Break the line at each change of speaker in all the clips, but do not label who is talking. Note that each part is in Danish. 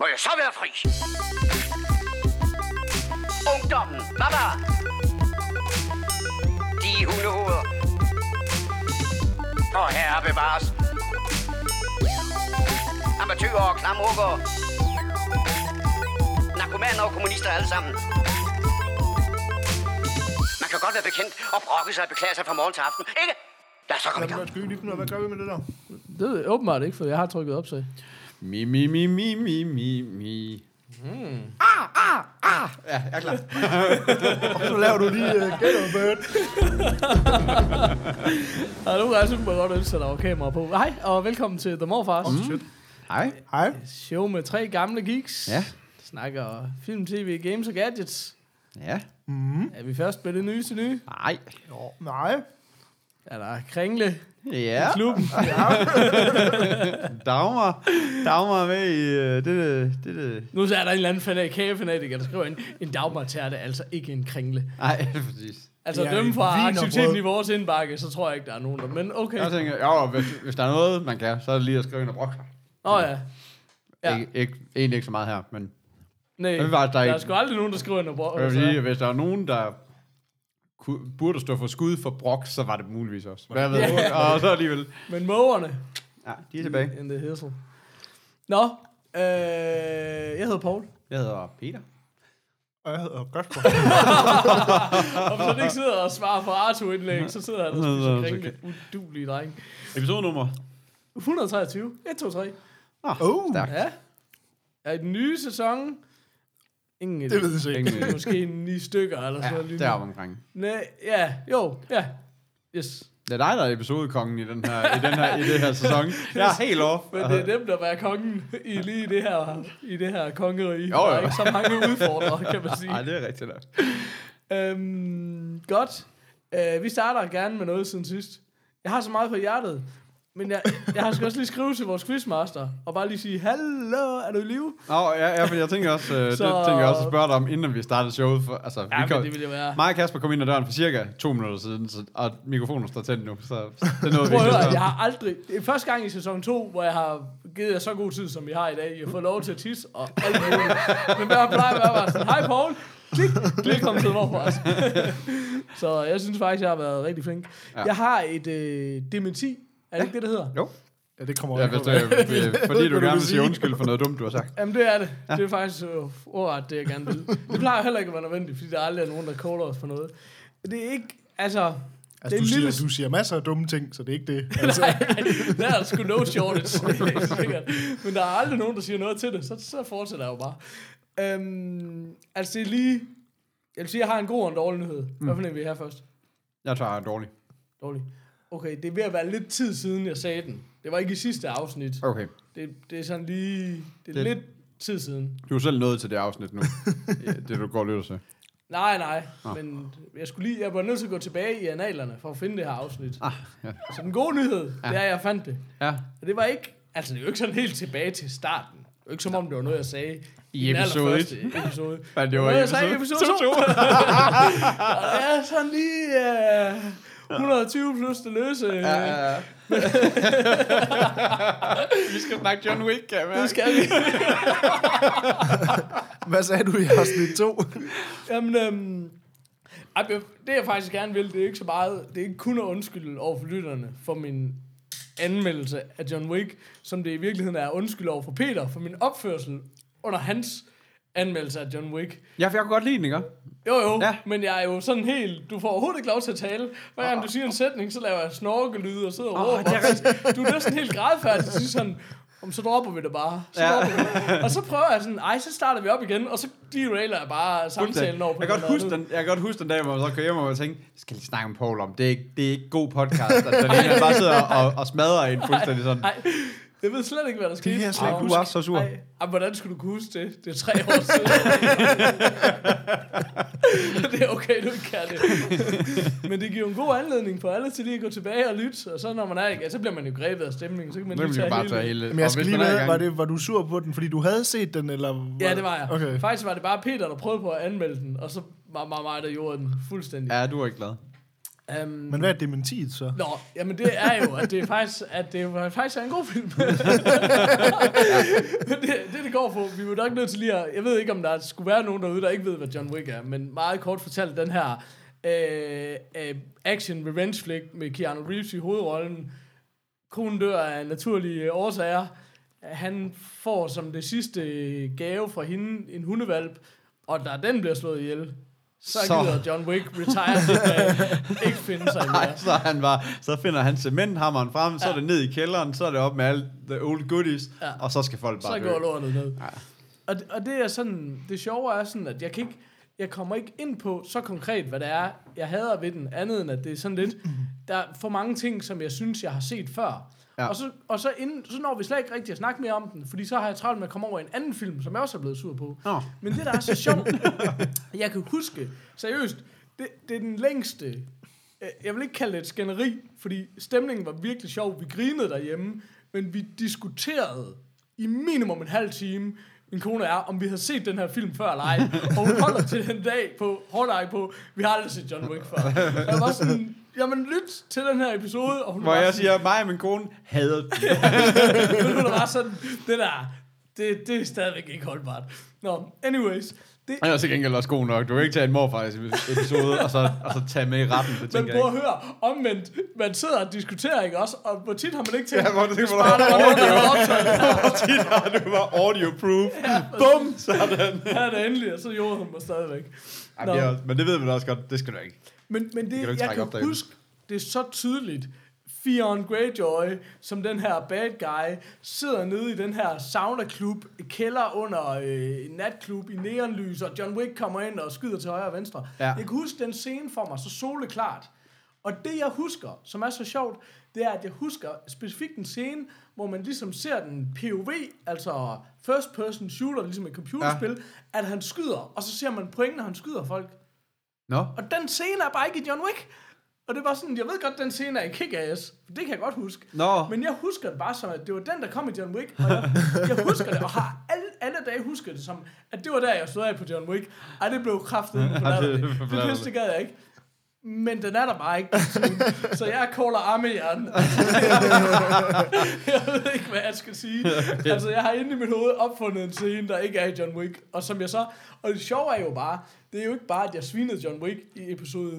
Må jeg så være fri? Ungdommen, baba! De hundehoveder. Og herre bevares. Amatøger og klamrukker. Narkomaner og kommunister alle sammen. Man kan godt være bekendt og brokke sig og beklage sig fra morgen til aften, ikke? Lad os så komme i gang.
Jamen, skal vi lige finde ud af, hvad gør vi med det der?
Det ved jeg åbenbart ikke, for jeg har trykket op, så.
Mi, mi, mi, mi, mi, mi, mi.
Så laver du lige uh, Get Up Bird.
Og nu er jeg super godt ønske, at der var kamera på. Hej, og velkommen til The Morfars. Mm.
Hej.
Hej.
Show med tre gamle geeks.
Ja.
Snakker film, tv, games og gadgets.
Ja.
Er vi først med det nye til nye?
Nej.
Jo, nej.
Er der kringle
Ja.
i klubben?
Dagmar. Dagmar er med i øh, det, det, det.
Nu er der en eller anden fanat, kagefanatiker, der skriver ind. En dagmartærte er altså ikke en kringle.
Nej, præcis.
Altså
Det er
dømme
et
fra
wienerbrød.
aktiviteten i vores indbakke, så tror jeg ikke, der er nogen der. Men okay.
Jeg
Åh
tænker, jo, hvis, hvis der er noget, man kan, så er det lige at skrive ind og brokke sig.
oh, ja.
Ja.
ja.
Ikke, ikke, egentlig ikke så meget her, men
Nej,
Jeg vil bare, der er
der er
ikke-
sgu aldrig nogen, der skriver altså. en bror.
jeg vil sige, at hvis der er nogen, der ku- burde stå for skud for brok, så var det muligvis også. Hvad jeg ved,
Ja.
og så alligevel.
Men mågerne,
Ja, de er tilbage.
In the hizzle. Nå, øh, jeg hedder Paul.
Jeg hedder Peter.
Og jeg hedder Kasper.
Og hvis han ikke sidder og svarer på Arto-indlæg, så sidder han og
Nå,
spiser
nå,
kringle. Udulige dreng.
Episode nummer.
123. 1, 2, 3.
Oh,
Stærkt.
Ja. Er i den nye sæson... Ingen
det ved jeg så ikke.
Ingen, øh,
Måske ni stykker eller sådan
Ja,
noget.
deroppe omkring.
Nej, ja, jo, ja. Yes.
Det er dig, der er episodekongen i den her, i den her, i det her sæson. Jeg er helt off.
Men det er dem, der er kongen i lige det her, i det her kongerige.
Jo,
Der er
jo.
ikke så mange udfordrere, kan man sige.
Nej, det er rigtigt nok.
Øhm, godt. Øh, vi starter gerne med noget siden sidst. Jeg har så meget på hjertet, men jeg, jeg har sgu også lige skrive til vores quizmaster, og bare lige sige, Hallo, er du i live?
Nå, ja, ja, for jeg tænker også, øh,
Så-
det tænker jeg også at spørge dig om, inden vi startede showet. For, altså,
Ja,
vi kom,
men det ville jo være...
mig og Kasper kom ind ad døren for cirka to minutter siden, så, og mikrofonen står tændt nu, så det er noget, vi
Prøv at høre,
ikke
jeg har aldrig... Det er første gang i sæson 2, hvor jeg har givet jer så god tid, som I har i dag. Jeg får lov til at tisse og alt muligt. Men der plejer at være bare sådan, hej Paul, klik, klik, kom til hvorfor os. så jeg synes faktisk, jeg har været rigtig flink.
Ja.
Ja. Jeg har et øh, dementi, er det ikke det, det hedder?
Jo,
Ja, det kommer
ja,
an på,
hvis det,
hvad-
øh, fordi
Hvad
du
vil
gerne
du
vil sige
sige?
undskyld for noget dumt, du har sagt.
Jamen det er det. Ja. Det er faktisk øh, ordret, det jeg gerne vil. Det plejer jo heller ikke at være nødvendigt, fordi der aldrig er nogen, der caller os for noget. Det er ikke, altså...
Altså,
det er
du,
en
siger,
lille...
du siger masser af dumme ting, så det er ikke det.
Altså. Nej, nej, der er sgu no shortage, det er sikkert. Men der er aldrig nogen, der siger noget til det, så, så fortsætter jeg jo bare. Øhm, altså det er lige... Jeg vil sige, jeg har en god og en dårlig nyhed. Hvad for en vil I have først?
Jeg tager en dårlig.
Dårlig. Okay, det er ved at være lidt tid siden, jeg sagde den. Det var ikke i sidste afsnit.
Okay,
Det, det er sådan lige... Det er
Det-
det... lidt tid siden.
du er selv nået til det afsnit nu, Ja, det du går og lytter til.
Nej, nej, men jeg skulle lige, jeg var nødt til at gå tilbage i analerne for at finde det her afsnit.
Ah, ja.
Så den gode nyhed, ja. det er, at jeg fandt det.
ja.
Og det var ikke, altså det er jo ikke sådan helt tilbage til starten. Det er jo ikke som om, det var noget, jeg sagde
I
den
episode
allerførste
et.
episode.
Men det
Det
var
var
i
jeg sagde i
episode
episode 2. Og det er sådan lige øh, uh, 120 plus det løse.
Ja, ja, ja. vi skal snakke John Wick, kan jeg mærke.
Det skal vi.
Hvad sagde du i afsnit 2?
Jamen, øhm, ej, jeg- det jeg faktisk gerne vil, det er ikke så meget, det er ikke kun at undskylde over for lytterne for min anmeldelse af John Wick, som det i virkeligheden er at undskylde over for Peter for min opførsel under hans anmeldelse af John Wick.
Ja, for jeg kunne godt lide den, ikke?
Jo jo,
Ja.
ja. men jeg er jo sådan helt, du får overhovedet ikke lov til at tale. Hver gang du siger en sætning, så laver jeg snorkelyde og sidder og råber. du er næsten helt grædfærdig, så siger sådan, om så dropper vi det bare. Så
Ja.
ja. vi det. Og så prøver jeg sådan, ej, så starter vi op igen, og så derailer jeg bare samtalen over på
jeg kan,
den
godt huske
måde.
den, jeg kan godt huske den dag, hvor man så kører hjem og tænker, det skal jeg lige snakke med Paul om. Det er ikke, det er ikke god podcast, at den ene bare sidder og, og smadrer en fuldstændig sådan.
Nej, jeg ved slet ikke, hvad der skete.
kan jeg slet
Ej,
ikke
du var så sur.
Ej, ej, hvordan skulle du kunne huske det? Det er tre år siden. det er okay, du ikke kan det. Men det giver jo en god anledning for alle til lige at gå tilbage og lytte. Og så når man er ikke, ja, så bliver man jo grebet af stemningen. Så kan man
Nu kan
lige
vi
tage
jo bare
hele.
tage hele.
Men jeg
og
skal
hvis
lige
man er i
med,
gang-
var, det, var du sur på den, fordi du havde set den, eller?
Ja, det var jeg.
Okay.
Faktisk var det bare Peter, der prøvede på at anmelde den, og så var mig, mig der gjorde den fuldstændig.
Ja, du er ikke glad.
Um,
Men hvad er dementiet så?
Nå, jamen det er jo, at det er faktisk, at det er, faktisk er en god film. Men det, det, det går på, vi er jo nok nødt til lige at, jeg ved ikke, om der skulle være nogen derude, der ikke ved, hvad John Wick er, men meget kort fortalt, den her øh, øh, action-revenge-flick med Keanu Reeves i hovedrollen, kronen dør af naturlige årsager. Han får som det sidste gave fra hende en hundevalp, og da den bliver slået ihjel, så,
Så.
så. gider John Wick retire sit dag, ikke finde sig mere.
Nej, så, han var, så finder han cementhammeren frem, så er det ned i kælderen, så er det op med alle the old goodies, ja.
Ja.
og så skal folk bare
så
dø.
går lortet ned. Og, og det er sådan, det sjove er sådan, at jeg kan ikke, jeg kommer ikke ind på så konkret, hvad det er, jeg hader ved den, andet end at det er sådan lidt, der er for mange ting, som jeg synes, jeg har set før.
Ja.
Ja. Og, så, og så, inden, så når vi slet ikke rigtig at snakke mere om den, fordi så har jeg travlt med at komme over i en anden film, som jeg også er blevet sur på.
Nå.
Men det, der er så sjovt, jeg kan huske, seriøst, det, det er den længste, øh, jeg vil ikke kalde det et skænderi, fordi stemningen var virkelig sjov, vi grinede derhjemme, men vi diskuterede i minimum en halv time, min kone er, om vi havde set den her film før eller ej, og hun holder til den dag på, holder ej på, vi har aldrig set John Wick før. Og Jeg var sådan, jamen lyt til den her episode, og hun
Hvor
var
jeg
sådan,
siger, mig og min kone hader den.
men hun var sådan, det der, det, det er stadigvæk ikke holdbart. Nå, anyways, det,
Han er til gengæld også god nok. Du kan ikke tage en morfars episode, og så, og så tage med i retten, det
Men
tænker
prøv
jeg
at
ikke.
høre, omvendt, man sidder og diskuterer, ikke også? Og hvor tit har man ikke tænkt,
Ja, hvor tit
hvis
var der
bare der var nogen, der var optaget,
Ja, du var audio proof. Bum! Sådan.
her er det endelig, og så gjorde hun mig stadigvæk.
Ej,
Nå,
det er også- Men det ved man også godt, det skal du ikke.
men, men
kan
det,
du ikke
jeg
trække op
kan
derhjemme.
huske, det er så tydeligt, Fionn Greyjoy, som den her bad guy, sidder nede i den her sauna-klub, kælder under øh, en natklub i neonlys, og John Wick kommer ind og skyder til højre og venstre.
Ja.
Jeg kan huske den scene for mig så soleklart. Og det, jeg husker, som er så sjovt, det er, at jeg husker specifikt en scene, hvor man ligesom ser den POV, altså first person shooter, ligesom et computerspil, ja. at han skyder, og så ser man pointen, når han skyder folk.
Nå?
Og den scene er bare ikke i John Wick. Og det var sådan, jeg ved godt, den scene er i Kick-Ass. Det kan jeg godt huske.
Nå.
Men jeg husker det bare som, at det var den, der kom i John Wick. Og jeg, jeg husker det, og har alle, alle dage husket det som, at det var der, jeg stod af på John Wick. Ej, det blev kraftet.
Ja, det er
det, det
forfærdeligt.
pisse, det gad jeg ikke. Men den er der bare ikke. Så jeg caller armejern. jeg ved ikke, hvad jeg skal sige. Altså, jeg har inde i mit hoved opfundet en scene, der ikke er i John Wick. Og som jeg så... Og det sjove er jo bare, det er jo ikke bare, at jeg svinede John Wick i episode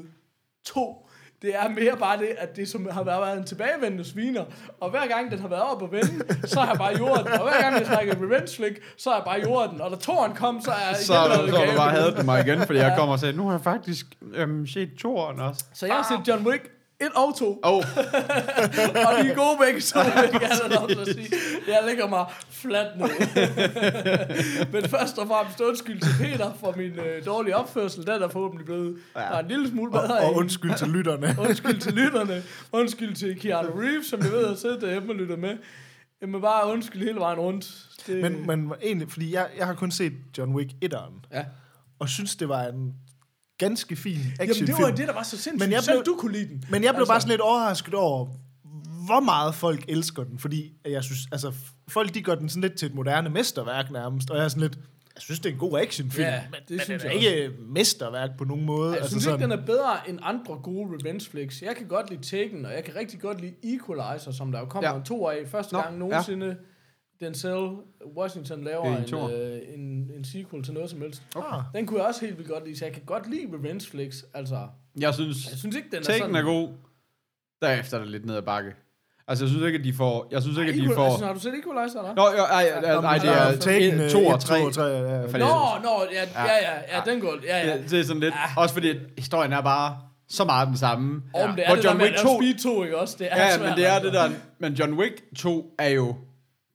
2. Det er mere bare det, at det som har været en tilbagevendende sviner, og hver gang den har været op og vende, så har jeg bare jordet den, og hver gang jeg trækker revenge flick, så har jeg bare jordet den, og da toren kom, så er jeg
Så
igen
har
lavet
du, så har du
gave.
bare hadet mig igen, fordi jeg kommer og sagde, nu har jeg faktisk øhm, set toeren også.
Så jeg har set John Wick 1 og 2,
Åh, oh,
og de er gode begge, så vil jeg gerne have lov til at sige. Jeg lægger mig fladt ned. Men først og fremmest undskyld til Peter for min øh, dårlige opførsel. Den er forhåbentlig blevet ja. der er en lille smule bedre.
Og
i.
undskyld til lytterne.
undskyld til lytterne. Undskyld til Keanu Reeves, som jeg ved har siddet derhjemme og lyttet med. Jamen bare undskyld hele vejen rundt. Det,
Men, men egentlig, fordi jeg, jeg har kun set John Wick 1'eren,
ja.
og synes, det var en ganske fin
Jamen
actionfilm.
det var jo det, der var så sindssygt.
Men
Men
jeg
jeg Selv
blev-
du kunne lide den.
Men jeg blev altså. bare sådan lidt overrasket over, hvor meget folk elsker den, fordi jeg synes, altså, folk de gør den sådan lidt til et moderne mesterværk nærmest, og jeg er sådan lidt, jeg synes, det er en god actionfilm,
Ja,
men
det
men
synes
den er
jeg
ikke et mesterværk på nogen måde.
Jeg
altså
synes
sådan,
ikke, den er bedre end andre gode revenge flicks. Jeg kan godt lide Taken, og jeg kan rigtig godt lide Equalizer, som der jo kommer
Ja.
ja. en to af. Første
Nå,
Nå, gang
ja.
nogensinde, ja. Denzel Washington laver
Det er en
en,
toer.
øh, en, en sequel til noget som helst.
Ah.
Den kunne jeg også helt vildt godt lide, så jeg kan godt lide revenge flicks. Altså,
jeg synes,
jeg synes ikke, den er
Taken
sådan...
er god. Derefter er det lidt ned ad bakke. Altså, jeg synes ikke, at de får... Jeg synes ikke, at de
Equal-
får...
altså, har du set Equalizer, eller?
Nå, jo, ej, ej, ej, det er
Taken, øh,
to og
et,
tre.
to og tre, ja, ja.
Fordi-
Nå, nå, ja, ja, ja, ja, den går, ja, ja.
Det, det er sådan lidt... Også fordi at historien er bare så meget den samme.
Og om det er
Hvor
det
John
der med
Wick
at
2
lave Speed 2, ikke også? Det er
Ja,
svært,
men det er
altså.
det der... Men John Wick 2 er jo...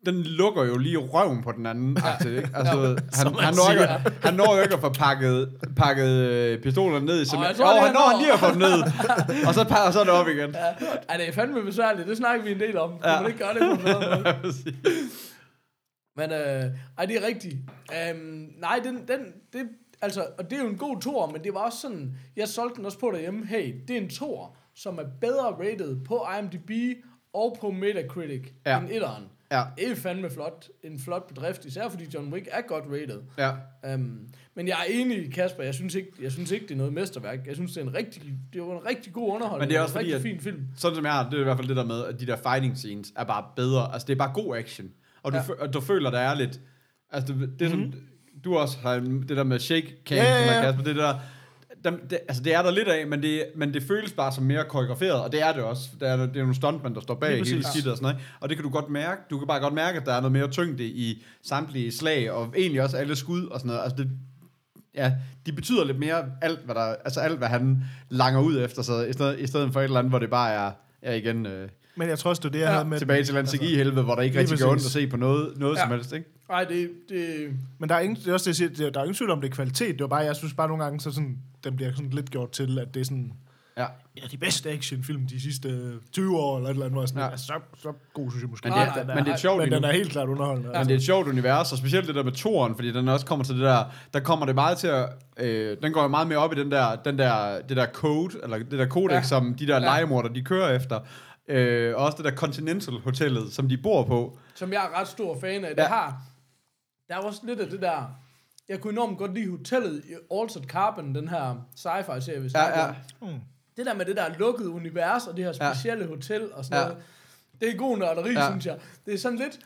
Den lukker jo lige røven på den anden. Ja. Ikke? Altså, han, han, når ikke, han når jo ikke at få pakket, pakket øh, pistolerne ned i cement.
jeg
Jo,
tror lige,
han
han
når han
når.
lige at få dem ned. og så, pa- og så er det op igen. Ja.
Ja, det er fandme besværligt. Det snakker vi en del om. Kunne
Ja.
man ikke gøre det på en bedre måde? Men øh, ej, det er rigtigt. Øhm, nej, den, den, det, altså, og det er jo en god tor, men det var også sådan, jeg solgte den også på derhjemme, hey, det er en tor, som er bedre rated på IMDb og på Metacritic
Ja.
ja. end etteren.
Ja.
Det er fandme flot. En flot bedrift, især fordi John Wick er godt rated.
Ja.
Um, men jeg er enig i Kasper, jeg synes, ikke, jeg synes ikke, det er noget mesterværk. Jeg synes, det er en rigtig, det er en rigtig god underholdning.
Men det er
og en
også fordi,
rigtig
at
fin film.
sådan som jeg har, det, det er i hvert fald det der med, at de der fighting scenes er bare bedre. Altså, det er bare god action. Og du,
Ja.
ja. og du føler, der er lidt... Altså, det, det er mm-hmm. sådan, du også har det der med shake cam,
Ja,
ja,
ja,
ja,
ja.
Kasper, det der... Dem, det, altså, det er der lidt af, men det, men det føles bare som mere koreograferet, og det er det også. Der er, det er nogle stuntmænd, der står bag
Lige
hele
præcis.
skidtet og sådan noget. ikke? Og det kan du godt mærke. Du kan bare godt mærke, at der er noget mere tyngde i samtlige slag, og egentlig også alle skud og sådan noget. Altså, det, ja, de betyder lidt mere alt, hvad, der, altså alt, hvad han langer ud efter sig, i stedet, i stedet for et eller andet, hvor det bare er, er igen øh,
Men jeg tror også, det er det, jeg
Ja.
havde med.
tilbage til altså, i helvede, hvor der ikke
lige
rigtig går ondt at
præcis.
se på noget, noget
Ja.
ja. som helst, ikke?
Nej, det, det,
Men der er ingen, det er også det, jeg siger, det er- der er ingen tvivl om, det er kvalitet. Det var bare, jeg synes bare nogle gange, så sådan, den bliver sådan lidt gjort til, at det er sådan
Ja.
en af de bedste actionfilm de sidste øh, 20 år, eller et eller andet, hvor jeg sådan,
Ja.
ja. altså, så, så god synes jeg måske.
Men
ikke,
det,
nej,
er,
den
men det er
nej,
et sjovt
men den
endnu.
er helt klart underholdende. Altså,
Men det er et sjovt univers, og specielt det der med toren, fordi den også kommer til det der, der kommer det meget til at, øh, den går jo meget mere op i den der, den der, det der code, eller det der kodex,
Ja.
ja. som de der
Ja.
ja. legemorder, de kører efter. Øh, og også det der Continental-hotellet, som de bor på.
som jeg er ret stor fan af, det
Ja.
har. Der er også lidt af det der... Jeg kunne enormt godt lide hotellet i Altered Carbon, den her sci-fi-serie, vi snakker
ja.
om. Det der med det der lukkede univers og det her specielle ja. hotel og sådan ja.
Ja.
noget. Det er god nørderi, ja.
Ja.
synes jeg. Det er sådan lidt...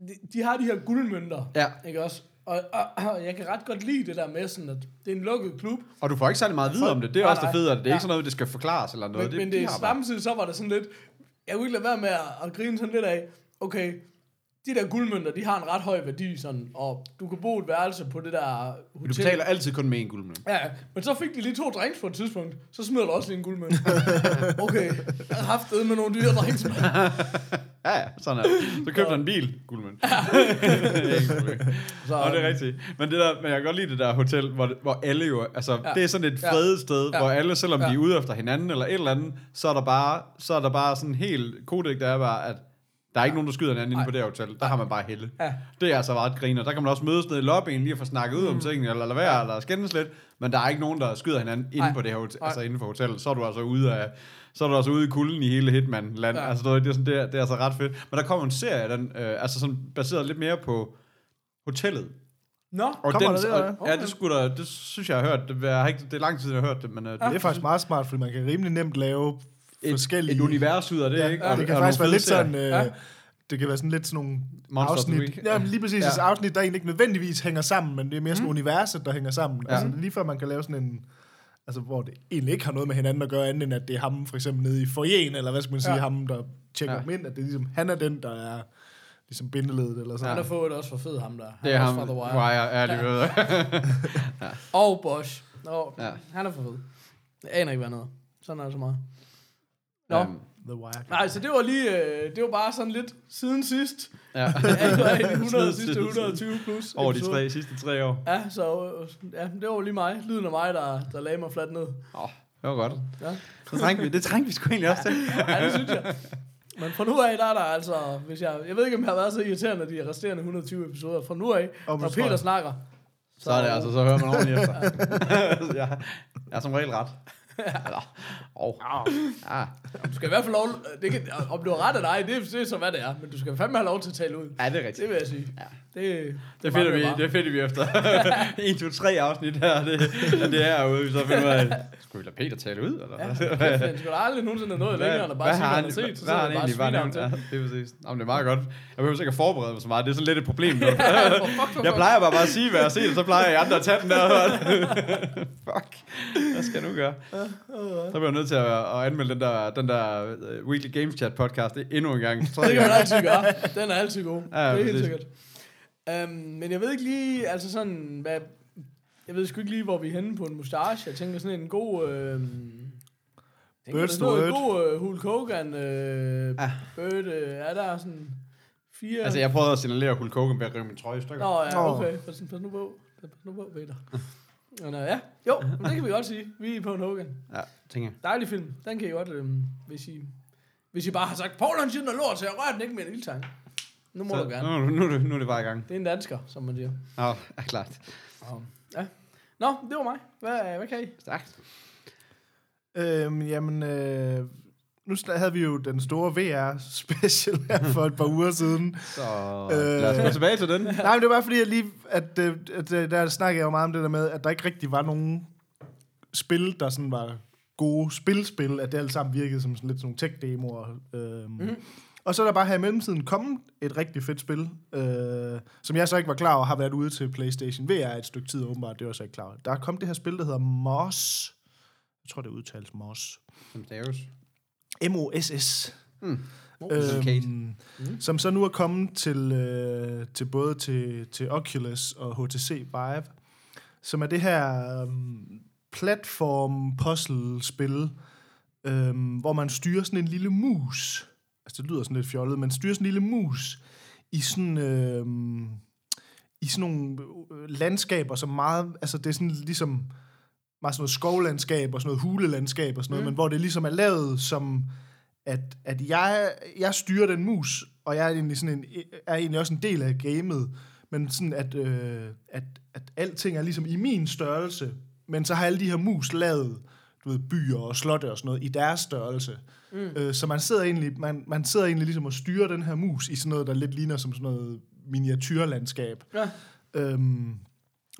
De, de har de her guldmønter,
Ja.
ikke også? Og, og, og jeg kan ret godt lide det der med sådan, at det er en lukket klub,
Og du får ikke særlig meget at vide om det. Det er
Nej,
også det
nej.
fede, at det er
Ja.
ikke sådan noget, det skal forklares eller noget.
Men det, men det,
de
det
har bare-
samtidig så var det sådan lidt, jeg kunne ikke lade være med at, at grine sådan lidt af, okay, de der guldmønter, de har en ret høj værdi, sådan, og du kan bo et værelse på det der hotel.
Du betaler altid kun med en guldmønt.
Ja, ja. men så fik de lige to drinks på et tidspunkt, så smider du også lige en guldmønt. okay, jeg har haft det med nogle dyre drinks. mand.
Ja, ja, sådan er det. Så købte han en bil, guldmønt.
Så,
Nå, det er rigtigt. Men, det der, men jeg kan godt lide det der hotel, hvor, hvor alle jo... Altså,
Ja.
ja. det er sådan et
Ja.
fredet sted,
Ja.
ja. hvor alle, selvom ja.
Ja.
de er ude efter hinanden eller et eller andet, så er der bare, så er der bare sådan en helt kodik, der er bare, at der er ikke nogen, der skyder hinanden inde på det her hotel. Der har man bare helle.
Ja.
Det er altså ret griner. Der kan man også mødes nede i lobbyen lige og få snakket ud
Mm.
om tingene, eller lade være, ja. eller skændes lidt. Men der er ikke nogen, der skyder hinanden inde
Nej.
på det her hotel,
Nej.
altså inden for hotellet. Så er du altså ude af, så er du altså ude i kulden i hele Hitman-land.
Ja.
Ja. Altså, du ved, det, er sådan, det, er, det er altså ret fedt. Men der kommer en serie, den, øh, altså sådan baseret lidt mere på hotellet.
Nå,
Og
Kommer
den,
der det,
og,
eller
hvad?
Ja,
Okay.
det, skulle der, det synes jeg, jeg har hørt. Det, jeg har ikke, det er lang tid, jeg har hørt det, men uh, det
Ah.
Det er faktisk meget smart, fordi man kan rimelig nemt lave
et,
forskellige...
et univers ud af det,
Ja,
ikke?
ja, det kan
nogle
faktisk være
fede
lidt
serier.
sådan... Øh,
Ja.
Det kan være sådan lidt sådan nogle
Monster of the
afsnit.
Week.
Ja, men lige præcis.
Ja.
Ja. Afsnit, der egentlig ikke nødvendigvis hænger sammen, men det er mere sådan mm. universet, der hænger sammen. Ja.
Ja.
Altså, det er lige før man kan lave sådan en... Altså, hvor det egentlig ikke har noget med hinanden at gøre, andet end at det er ham for eksempel nede i forjen, eller hvad skal man sige,
Ja.
ja. ham, der tjekker ja.
Ja.
dem ind, at det er ligesom, han er den, der er ligesom bindeledet eller sådan
han
ja.
er fået også for fed, ham der. Han
Det er
også
ham,
fra The Wire.
Wire, ja, det ved jeg.
Og Bosch. Nå, ja.
Ja.
han er for fed. Jeg aner ikke, hvad han hedder. Sådan er det så meget. Nå.
Øhm,
The Wire.
Nej, så det var lige, øh, det var bare sådan lidt siden sidst.
ja.
Ja, 100, sidste
Siden-
120 plus.
Over de
episode.
tre, sidste tre år.
Ja, så øh, ja, det var lige mig. Lyden af mig, der, der lagde mig fladt ned.
Oh, det var godt.
Ja.
Så trængte vi, det trængte vi sgu egentlig også til.
ja, det synes jeg. Men fra nu af, der er der altså... Hvis jeg, jeg ved ikke, om jeg har været så irriterende de resterende 120 episoder. Fra nu af,
Om
når
det tror
Peter
jeg.
snakker...
Så er det altså, så hører man ordentligt efter. jeg, jeg er som regel ret. Eller, oh. ja.
Du skal i hvert fald lov... Det kan, om du har ret eller ej, det, er- det er så hvad det er. Men du skal fandme have lov til at tale ud.
ja, det er rigtigt.
Det vil jeg sige. Ja. Det,
Det
mangler
finder, vi,
bare.
det finder vi efter 1, 2, 3 afsnit her. Det, af det her ude, vi så finder ud af, skulle vi lade Peter tale ud? Eller? hvad?
Kæft, han skulle da aldrig nogensinde nå længere, end at bare sige, hvad han har set. Så
hvad har
sidder
han
vi bare og
egentlig
sviner
bare
ham
nævnt?
til.
Ja, det er præcis. Jamen, det er meget godt. Jeg behøver sikkert forberede mig så meget. Det er sådan lidt et problem. Nu.
Fuck, fuck, fuck.
jeg plejer bare, bare at sige, hvad jeg har set, og så plejer jeg andre at tage den der. Fuck. Hvad skal jeg nu gøre? Så bliver jeg nødt til at, at anmelde den der, den der øh, Weekly Games Chat podcast endnu en gang.
Det
Tredje
kan
gang.
man altid gøre. Den er altid god. Ja,
Ja,
det er helt
præcis.
sikkert. Um, men jeg ved ikke lige, altså sådan, hvad, jeg ved sgu ikke lige, hvor vi er henne på en mustache. Jeg tænker sådan en god... Øh,
Bird's
En
Word.
god øh, Hulk Hogan øh,
Ah.
Bird, øh, er der sådan fire...
Altså, jeg prøvede at signalere Hulk Hogan ved at rive min trøje i stykker.
Nå ja,
Nå.
okay. Pas, pas nu på. Pas, pas nu på, Peter. Men, øh, ja, jo, men det kan vi godt sige. Vi er på en Hogan.
Ja, tænker jeg.
Dejlig film. Den kan I godt, øh, hvis, I, hvis I bare har sagt, Paul han siger noget lort, så jeg rører den ikke med en lille tang. Nu må så,
Så,
du gerne.
nu, nu, nu, nu er det bare i gang.
Det er en dansker, som man siger.
Nå, ja, klart.
Og, ja. Nå, det var mig. Hvad, hvad kan I?
Stærkt.
Øhm, jamen, øh, nu sn- havde vi jo den store VR-special her for et par uger siden.
Så lad os gå tilbage til den.
Nej, men det var bare fordi, jeg lige, at, øh, at øh, der snakkede jeg jo meget om det der med, at der ikke rigtig var nogen spil, der sådan var gode spilspil, at det alt sammen virkede som sådan lidt sådan nogle tech-demoer. Øhm. Mm. Og så er der bare her i mellemtiden kommet et rigtig fedt spil, øh, som jeg så ikke var klar over, har været ude til PlayStation VR et stykke tid åbenbart, det var jeg så ikke klar over. Der er kommet det her spil, der hedder Moss. Jeg tror, det udtales Moss.
Som staves.
MOSS. Mm.
Kate.
Øhm, mm. Som så nu er kommet til, øh, til både til, til Oculus og HTC Vive, som er det her øh, platform-puzzle-spil, øh, hvor man styrer sådan en lille mus. Altså, det lyder sådan lidt fjollet, men styrer sådan en lille mus i sådan... Øh, i sådan nogle øh, landskaber, som meget... Altså, det er sådan ligesom meget sådan noget skovlandskab og sådan noget hulelandskab og sådan noget, mm. men hvor det ligesom er lavet som, at, at jeg, jeg styrer den mus, og jeg er egentlig, sådan en, er egentlig også en del af gamet, men sådan at, øh, at, at alting er ligesom i min størrelse, men så har alle de her mus lavet du ved, byer og slotte og sådan noget i deres størrelse. Mm. Øh, så man sidder, egentlig, man, man sidder egentlig ligesom og styrer den her mus i sådan noget, der lidt ligner som sådan noget miniatyrlandskab.
Ja.
Øhm,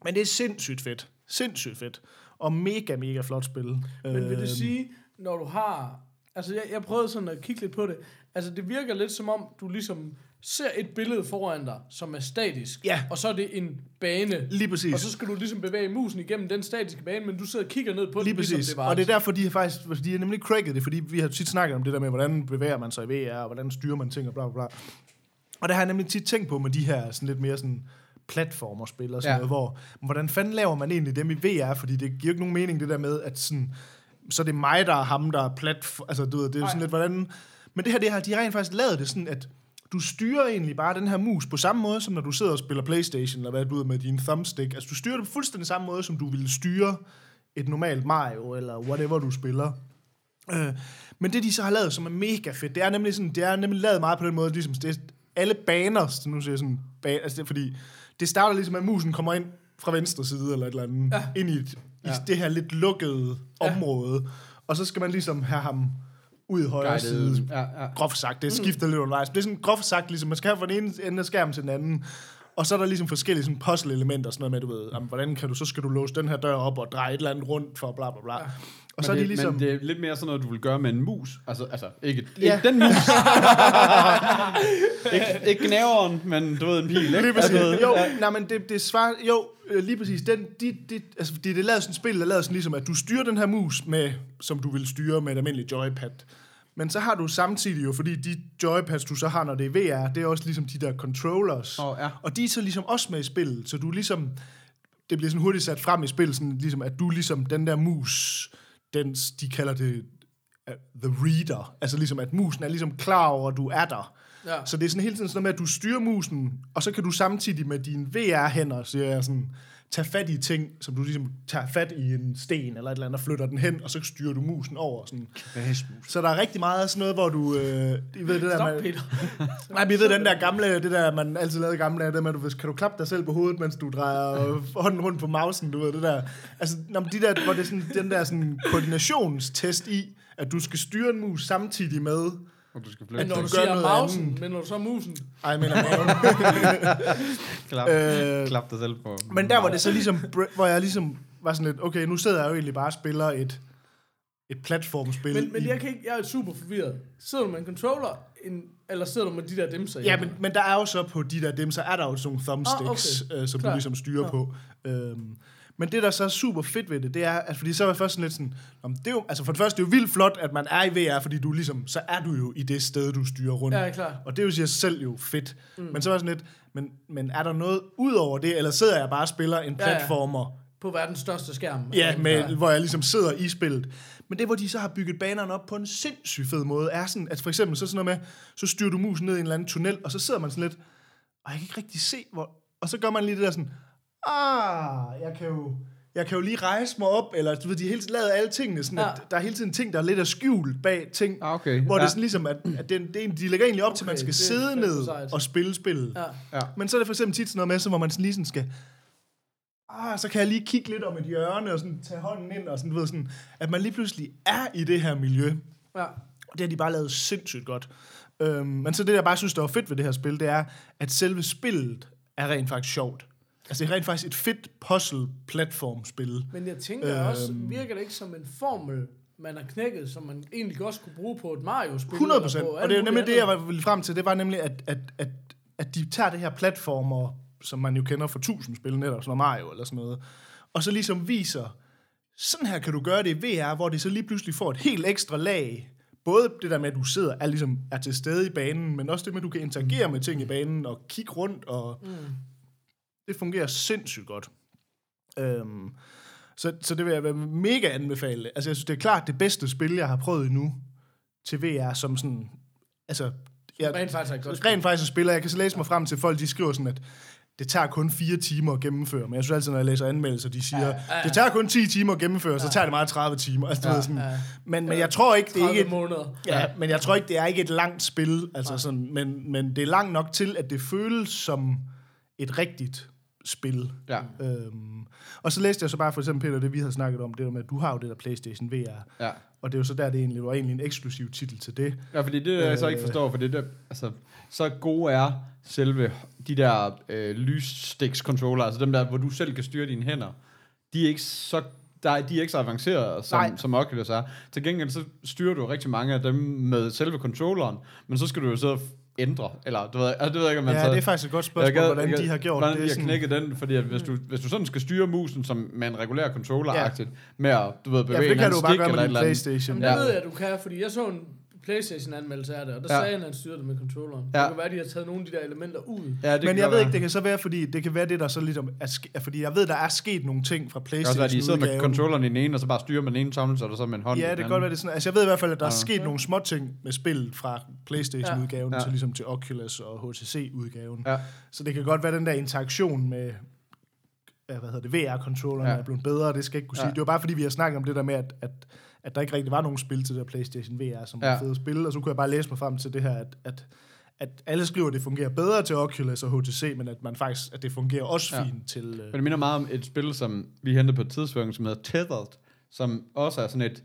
men det er sindssygt fedt. Sindssygt fedt. Og mega, mega flot spil.
Men vil
Øhm,
det sige, når du har... Altså, jeg, jeg prøvede sådan at kigge lidt på det. Altså, det virker lidt som om, du ligesom ser et billede foran dig, som er statisk.
Ja.
Og så er det en bane.
Lige præcis.
Og så skal du ligesom bevæge musen igennem den statiske bane, men du sidder og kigger ned på den,
Lige præcis.
ligesom det var.
og det er derfor, de har faktisk, de har nemlig cracket det, fordi vi har tit snakket om det der med, hvordan bevæger man sig i VR, og hvordan styrer man ting, og bla bla bla. Og det har jeg nemlig tit tænkt på med de her sådan lidt mere sådan platformerspil og sådan
Ja.
ja. noget, hvor, hvordan fanden laver man egentlig dem i VR, fordi det giver jo ikke nogen mening det der med, at sådan, så er det mig, der er ham, der er platform, altså du ved, det er sådan lidt, hvordan, men det her, det her, de har rent faktisk lavet det sådan, at du styrer egentlig bare den her mus på samme måde, som når du sidder og spiller Playstation, eller hvad du er med din thumbstick, altså du styrer det på fuldstændig samme måde, som du ville styre et normalt Mario, eller whatever du spiller. Øh, men det, de så har lavet, som er mega fedt, det er nemlig, sådan, det er nemlig lavet meget på den måde, ligesom det er alle baner, så nu siger jeg sådan, ba- altså det er fordi, det starter ligesom, at musen kommer ind fra venstre side, eller et eller andet, ja. ind i, et, i ja. det her lidt lukkede ja. område, og så skal man ligesom have ham ud i højre
Guided.
side,
Ja, ja. Mm.
groft sagt, det skifter lidt undervejs. Det er sådan groft sagt, ligesom man skal have fra den ene ende af skærmen til den anden, og så er der ligesom forskellige sådan puzzle-elementer, sådan noget med, du ved, jamen, hvordan kan du, så skal du låse den her dør op og dreje et eller andet rundt for bla bla bla. Ja. Og
Men
så er de
det,
ligesom...
Men det er lidt mere sådan noget, du vil gøre med en mus. Altså, altså ikke, ikke
Ja.
den mus. ikke, ikke gnaveren, men du ved, en pil. Ikke?
Lige præcis.
Altså,
Jo, nej, men det, det svarer, jo, øh, lige præcis. Den, de, de, altså, fordi det er lavet sådan et spil, der er lavet sådan ligesom, at du styrer den her mus med, som du vil styre med et almindeligt joypad. Men så har du samtidig jo, fordi de joypads, du så har, når det er VR, det er også ligesom de der controllers.
Åh, ja.
Og de er så ligesom også med i spillet, så du er ligesom, det bliver sådan hurtigt sat frem i spillet, sådan ligesom, at du ligesom den der mus, den, de kalder det øh, the reader, altså ligesom, at musen er ligesom klar over, at du er der.
Ja.
Så det er sådan hele tiden sådan noget med, at du styrer musen, og så kan du samtidig med dine VR-hænder, så jeg sådan, tage fat i ting, som du ligesom tager fat i en sten eller et eller andet, og flytter den hen, og så styrer du musen over. Sådan. Så der er rigtig meget af sådan noget, hvor du... Øh, I ved det der,
Stop,
man,
Peter.
Nej, men I ved den der gamle, det der, man altid lavede i gamle, dage, det med, at du, hvis- kan du klappe dig selv på hovedet, mens du drejer hånden rundt på mausen, du ved det der. Altså, når de der, hvor det er sådan, den der sådan, koordinationstest i, at du skal styre en mus samtidig med,
Og du skal
Men
flytte.
når
du
du
gør
siger
noget
mausen,
andet.
men når du så er musen.
ej, jeg mener maven.
Klap,
Øh,
klap dig selv på.
Men der var det så ligesom, br- hvor jeg ligesom var sådan lidt, okay, nu sidder jeg jo egentlig bare og spiller et, et platformspil.
Men, men
i-
jeg, kan ikke, jeg er super forvirret. Sidder du med en controller, en, eller sidder du med de der dimser? i
Ja, men,
hånden?
men der er jo så på de der dem, så er der jo sådan nogle thumbsticks,
Ah,
ah, okay. øh, som Klar.
Klar.
du ligesom styrer ja. på. Øhm, men det, der så er super fedt ved det, det er, at fordi så var jeg først sådan lidt sådan, "Nå, men det er jo, altså for det første, det er jo vildt flot, at man er i VR, fordi du ligesom, så er du jo i det sted, du styrer rundt.
Ja, klar.
Og det er jo i sig selv jo fedt. Mm. Men så var jeg sådan lidt, men, men er der noget ud over det, eller sidder jeg bare og spiller en
Ja, ja.
platformer,
På verdens største skærm. Altså,
Ja, med, ja, hvor jeg ligesom sidder i spillet. Men det, hvor de så har bygget banerne op på en sindssygt fed måde, er sådan, at for eksempel så sådan noget med, så styrer du musen ned i en eller anden tunnel, og så sidder man sådan lidt, og jeg kan ikke rigtig se, hvor... Og så gør man lige det der sådan, ah, jeg kan jo, jeg kan jo lige rejse mig op, eller du ved, de har hele tiden lavet alle tingene, sådan ja.
Ja.
at der er hele tiden ting, der er lidt af skjult bag ting,
Ah, okay.
hvor
Ja.
det er sådan ligesom, at, at det, det, er- de lægger egentlig op okay, til, at man
Okay,
skal
det er
sidde
fandme
ned
sejt.
og spille spillet.
Ja.
Ja.
Men så er det for eksempel tit sådan noget med, så hvor man sådan lige sådan skal... Ah, så kan jeg lige kigge lidt om et hjørne og sådan tage hånden ind og sådan, du ved, sådan, at man lige pludselig er i det her miljø.
ja.
Og det har de bare lavet sindssygt godt. Øhm, men så det, jeg bare synes, der var fedt ved det her spil, det er, at selve spillet er rent faktisk sjovt. Altså, det er rent faktisk et fedt puzzle-platform-spil.
Men jeg tænker også,
Øhm.
virker det ikke som en formel, man har knækket, som man egentlig også kunne bruge på et Mario-spil?
100
eller
procent.
på
Og
alt
det er jo
muligt
nemlig det, jeg
andet?
var- ville frem til. Det var nemlig, at, at, at, at de tager det her platformer, som man jo kender fra tusind spil, netop som Mario eller sådan noget, og så ligesom viser, sådan her kan du gøre det i VR, hvor det så lige pludselig får et helt ekstra lag. Både det der med, at du sidder er, ligesom, er til stede i banen, men også det med, at du kan interagere med ting i banen og kigge rundt. Og mm. Det fungerer sindssygt godt. Øhm, så, så det vil jeg være mega anbefale. Altså, jeg synes, det er klart det bedste spil, jeg har prøvet endnu til VR, som sådan... Altså, jeg,
Rent faktisk er et godt spil.
rent faktisk spiller. Jeg kan så læse mig frem til folk, de skriver sådan, at det tager kun fire timer at gennemføre. Men jeg synes altid, når jeg læser anmeldelser, de siger, ja, ja, ja. det tager kun 10 timer at gennemføre, så tager det meget 30 timer. Altså, ja, sådan. Ja. Men, men jeg tror ikke, det er
30
ikke... et-
måneder.
Ja, men jeg tror ikke, det er ikke et langt spil, altså sådan, men, men det er langt nok til, at det føles som et rigtigt spil.
Ja.
Øhm, og så læste jeg så bare for eksempel, Peter, det vi havde snakket om, det der med, at du har jo det der Playstation VR,
Ja.
og det er jo så der, det egentlig var egentlig en eksklusiv titel til det.
Ja, fordi det, jeg så ikke forstår, for det der, altså, så gode er selve de der øh, lysstiks-controller, altså dem der, hvor du selv kan styre dine hænder, de er ikke så, der, er- de er ikke så avancerede,
Nej.
som, som Oculus er. Til gengæld, så styrer du rigtig mange af dem med selve controlleren, men så skal du jo så ændre, eller du ved, altså, det ved jeg ikke, om man
Ja,
så,
det er faktisk et godt spørgsmål,
gad-
hvordan
gad-
de har gjort
hvordan
det.
De har
Sådan- Mm.
knækket den, fordi at hvis, du, hvis du sådan skal styre musen som med en regulær controller-agtigt, med at, du ved, bevæge
Ja, for
en
det kan
eller
du jo
anden
bare
stik
gøre med
eller et
din
eller andet.
Playstation.
Jamen,
Ja.
det
Ja.
ved jeg, du kan, fordi jeg så en PlayStation-anmeldelse af det, og der
Ja.
sagde han, at han styrede det med controlleren.
Ja.
Det kan være, at de har taget nogle af de der elementer ud.
Ja, det kan
Men jeg
godt
ved
være.
ikke, det kan så være, fordi det kan være det, der så lidt om, er ske, fordi jeg ved, der er sket nogle ting fra
Det kan også være, at de sidder
Playstation-udgaven.
med controlleren i den ene, og så bare styrer med den ene tommel, så er der så med en hånd. i
Ja, det
den
kan godt
anden.
være, det er sådan. Altså, jeg ved i hvert fald, at der er sket nogle små ting med spillet fra Playstation-udgaven
Ja. Ja.
til ligesom til Oculus og HTC-udgaven.
Ja.
Så det kan godt være, at den der interaktion med ja, hvad hedder det, VR-controlleren ja.
Ja.
er blevet bedre, og det skal jeg ikke kunne sige.
Ja.
Det var bare, fordi vi har snakket om det der med, at, at, at der ikke rigtig var nogen spil til det der Playstation VR, som ja. var
Ja.
fede at spille, og så kunne jeg bare læse mig frem til det her, at, at at alle skriver, at det fungerer bedre til Oculus og HTC, men at man faktisk, at det fungerer også
Ja.
fint til...
Men
Øh,
det minder meget om et spil, som vi hentede på et tidspunkt, som hedder Tethered, som også er sådan et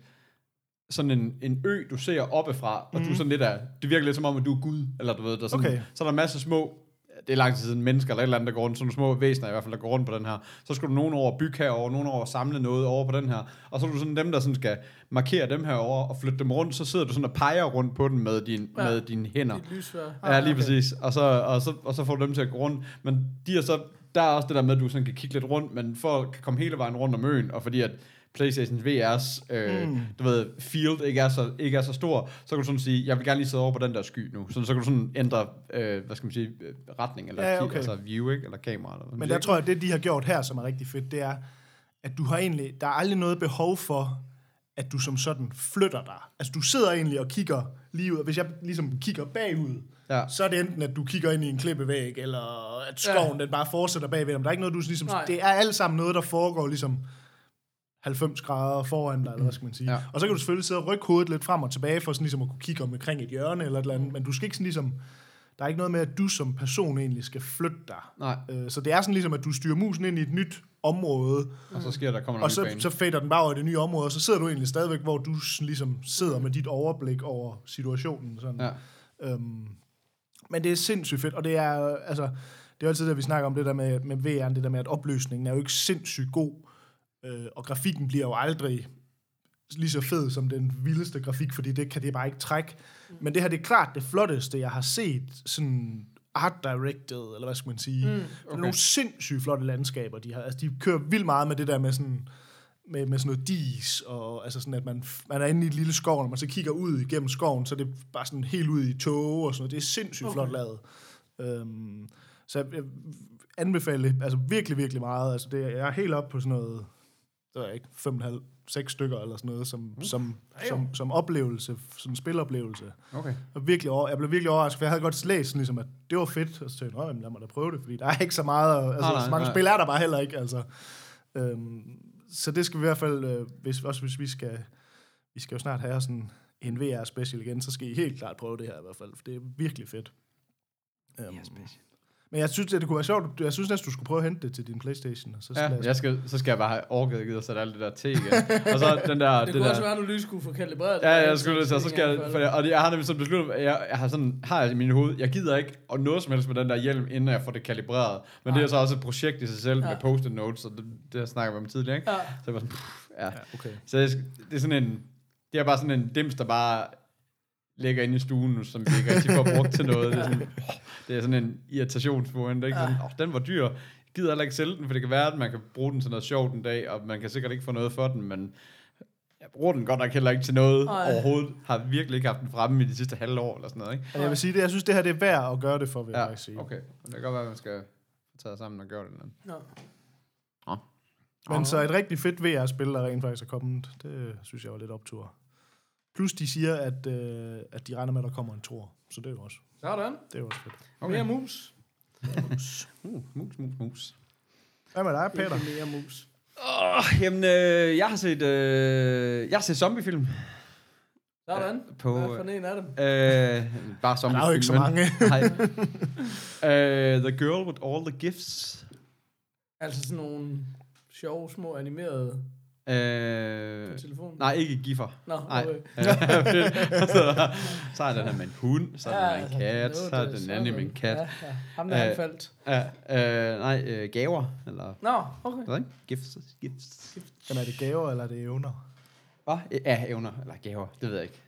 sådan en, en ø, du ser oppefra, og mm. du er sådan lidt af, det virker lidt som om, at du er Gud, eller du ved, der er sådan,
Mhm. Okay.
så er der masser af små, det er lang tid siden, mennesker eller et eller andet, der går rundt, sådan nogle små væsener i hvert fald, der går rundt på den her, så skal du nogen over at bygge herover, nogen over at samle noget over på den her, og så er du sådan dem, der sådan skal markere dem herover og flytte dem rundt, så sidder du sådan og peger rundt på den med, din, ja. med dine hænder.
Et lysvær.
Ah,
Ja, lige præcis. Og så, og, så, og så får du dem til at gå rundt. Men de er så, der er også det der med, at du sådan kan kigge lidt rundt, men folk kan komme hele vejen rundt om øen, og fordi at PlayStation VR's øh, mm. du ved, field ikke er, så, ikke er så stor, så kan du sådan sige, jeg vil gerne lige sidde over på den der sky nu. Så, så kan du sådan ændre, øh, hvad skal man sige, øh, retning, eller
Ja,
ja,
okay.
okay. altså view, ikke? eller kamera. Eller hvad man
Men
siger,
der
ikke?
tror jeg, at det, de har gjort her, som er rigtig fedt, det er, at du har egentlig, der er aldrig noget behov for, at du som sådan flytter dig. Altså, du sidder egentlig og kigger lige ud, og hvis jeg ligesom kigger bagud,
Ja.
så er det enten, at du kigger ind i en klippevæg, eller at skoven, ja. den bare fortsætter bagved dig. Men Der er ikke noget, du ligesom,
Nej.
det er alt sammen noget, der foregår ligesom 90 grader foran dig, eller hvad skal man sige. Ja.
Ja.
Og så kan du selvfølgelig sidde og rykke hovedet lidt frem og tilbage, for sådan ligesom at kunne kigge omkring et hjørne eller et eller andet, men du skal ikke sådan ligesom, der er ikke noget med, at du som person egentlig skal flytte dig.
Nej,
Øh, Så det er sådan ligesom, at du styrer musen ind i et nyt område,
og så sker der, kommer
og
der en ny
så,
bane.
så fader den bare over i det nye område, og så sidder du egentlig stadigvæk, hvor du s- ligesom sidder med dit overblik over situationen. Sådan.
ja.
Øhm, men det er sindssygt fedt, og det er, øh, altså, det er jo altid det, vi snakker om det der med, med VR, det der med, at opløsningen er jo ikke sindssygt god, øh, og grafikken bliver jo aldrig lige så fed som den vildeste grafik, fordi det kan det bare ikke trække. Men det her, det er klart det flotteste, jeg har set sådan art directed, eller hvad skal man sige. Mm, okay. Nogle sindssygt flotte landskaber, de har. Altså, de kører vildt meget med det der med sådan, med, med sådan noget dis, og altså sådan, at man, man er inde i et lille skov, og man så kigger ud igennem skoven, så er det bare sådan helt ud i tåge og sådan noget. Det er sindssygt okay. flot lavet. Øhm, så jeg, jeg anbefaler det, altså virkelig, virkelig meget. Altså det, jeg er helt oppe på sådan noget, det ved jeg ikke, fem og en halv, seks stykker eller sådan noget, som, mm. som, som, som oplevelse, sådan en spiloplevelse.
Okay.
Og virkelig over, jeg blev virkelig overrasket, for jeg havde godt læst, sådan ligesom, at det var fedt, og så tænkte jeg, "Nå, jamen, lad mig da prøve det, fordi der er ikke så meget, og- altså,
Nej,
nej,
nej,
så mange nej.
nej.
spil er der bare heller ikke, altså. Øhm, så det skal vi i hvert fald, øh, hvis, også hvis vi skal, vi skal jo snart have sådan en VR-special igen, så skal I helt klart prøve det her i hvert fald, for det er virkelig fedt. Øhm, men Men jeg synes, at det kunne være sjovt. Jeg synes næsten, du skulle prøve at hente det til din Playstation. Og så
Ja,
slash-
jeg skal, så skal jeg bare have orket og sætte alt det der te igen. og så den der...
Det, det kunne
der,
også være, at du lige skulle få kalibreret det.
Ja, jeg skulle lige sige, så skal jeg, for
jeg...
jeg, og jeg har nemlig sådan besluttet, at jeg, jeg har sådan, har jeg i min hoved, jeg gider ikke og noget som helst med den der hjelm, inden jeg får det kalibreret. Men det er så også et projekt i sig selv ja. med post-it notes, og det, det har snakket vi om tidligere, ikke?
Ja.
Så jeg var sådan, pff, ja.
okay.
Så jeg, skal- det er sådan en, det er bare sådan en dims, der bare ligger inde i stuen, nu, som vi ikke rigtig får brugt til noget. Det er sådan, det er sådan en irritationsmoment, ikke? Sådan, oh, den var dyr. Jeg gider heller ikke sælge den, for det kan være, at man kan bruge den til noget sjovt en dag, og man kan sikkert ikke få noget for den, men jeg bruger den godt nok heller ikke til noget
Ej.
Ej. overhovedet. Har virkelig ikke haft den fremme i de sidste halve år, eller sådan noget, ikke?
Og Altså, jeg vil sige det, jeg synes, det her det er værd at gøre det for, vil jeg
Ja,
faktisk sige.
okay. Men det kan godt være, at man skal tage sig sammen og gøre det. Eller. andet.
Men så et rigtig fedt VR-spil, der rent faktisk er kommet, det øh, synes jeg var lidt optur. Plus de siger, at, øh, at de regner med, at der kommer en tor. Så det er jo også,
Sådan.
det er jo også fedt.
Okay.
Mere mus.
Uh, mus, mus, mus.
Hvad med dig, Peter?
Ikke mere mus.
Oh, jamen, øh, jeg har set, øh, jeg har set zombiefilm.
Sådan.
På,
Hvad for en af dem?
Øh, bare som
Der er jo ikke så mange.
Nej. øh, the Girl with All the Gifts.
Altså sådan nogle sjove, små animerede på
Øh,
telefonen.
nej, ikke Giffer.
Nå,
Nej.
okay.
så, så er den her med en hund, så er den med en kat,
altså,
det
så er den
sådan.
anden med en kat.
Ja, ja. Ham der
Øh.
øh. faldt.
Ja, øh, nej, øh, gaver, eller
Nå, okay.
hvad? Gifts, gifts.
Jamen, er det gaver, eller er det evner?
Hvad? Ja, evner, eller gaver, det ved jeg ikke.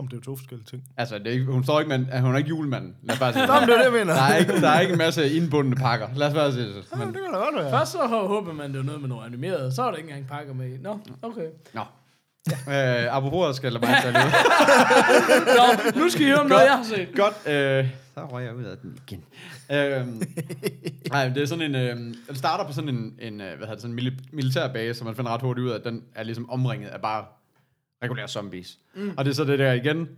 Om det er jo to forskellige ting.
Altså, det er ikke, hun står ikke, men hun er ikke julemanden. Lad os bare sige
Nå, men
det.
det er det, jeg mener.
Der er, ikke, der er ikke en masse indbundne pakker. Lad os bare sige det.
Jamen,
Men,
det kan da godt være.
Først så håber man, det var noget med noget animeret, så var der ikke engang pakker med i. Nå, okay.
nå. Øh, apropos, skal jeg lade mig tage lidt.
Nå, nu skal I høre om noget, jeg har set.
Godt, øh, så røg jeg ud af den igen. Øhm, nej, men det er sådan en, øh, den starter på sådan en, en øh, hvad hedder det, sådan en mili- militærbase, som man finder ret hurtigt ud af, at den er ligesom omringet af bare regulære zombies. Mm. Og det er så det der igen,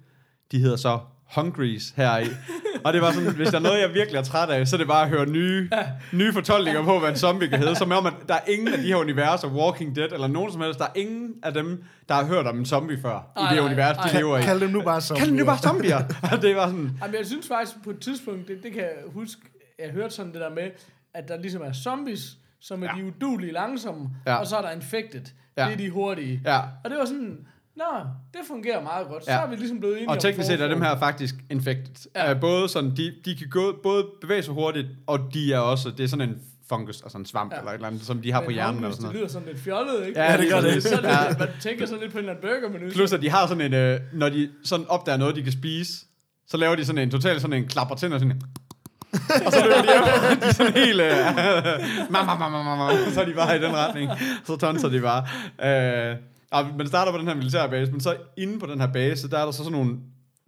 de hedder så Hungries her i. Og det var sådan, hvis der er noget, jeg virkelig er træt af, så er det bare at høre nye, nye fortolkninger på, hvad en zombie kan hedde. Som om, at der er ingen af de her universer, Walking Dead eller nogen som helst, der er ingen af dem, der har hørt om en zombie før
Ej,
i det
nej,
univers, de
ej.
lever i.
Kald dem nu bare som. øh,
Kald dem nu bare zombier. Og det var sådan,
Jamen, jeg synes faktisk på et tidspunkt, det, det kan jeg huske, jeg hørte sådan det der med, at der ligesom er zombies, som er ja. de udulige langsomme, ja.
Ja.
og så er der infected. Ja.
Ja.
Det er de hurtige.
Ja.
Og det var sådan, nå, det fungerer meget godt. Ja. Så
Ja.
er vi ligesom blevet enige
Og teknisk set er dem
forformen.
her faktisk infected. Ja. Både sådan, de, de kan gå, både bevæge sig hurtigt, og de er også, det er sådan en fungus, altså en svamp,
Ja.
ja. eller et eller andet, som de har på
Men
hjernen.
Hungries,
Eller sådan
Det
noget.
lyder sådan lidt fjollet, ikke?
Ja, det gør det.
Så er
Ja.
lidt- Man tænker sådan lidt på en eller anden burgermenu.
Plus at de har sådan en, øh, når de sådan opdager noget, de kan spise, så laver de sådan en total sådan en klapper tænder, sådan en, og så løber de hjem, og de er sådan helt, øh, mam, mam, mam, mam, mam, mam, så er de bare i den retning, så tonser de bare. Øh, og man starter på den her militærbase, men så inde på den her base, der er der så sådan nogle,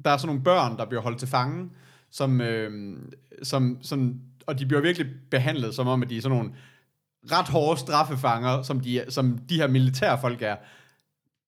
der er sådan nogle børn, der bliver holdt til fange, som, øh, som, som, og de bliver virkelig behandlet, som om at de er sådan nogle ret hårde straffefanger, som de, som de her militærfolk er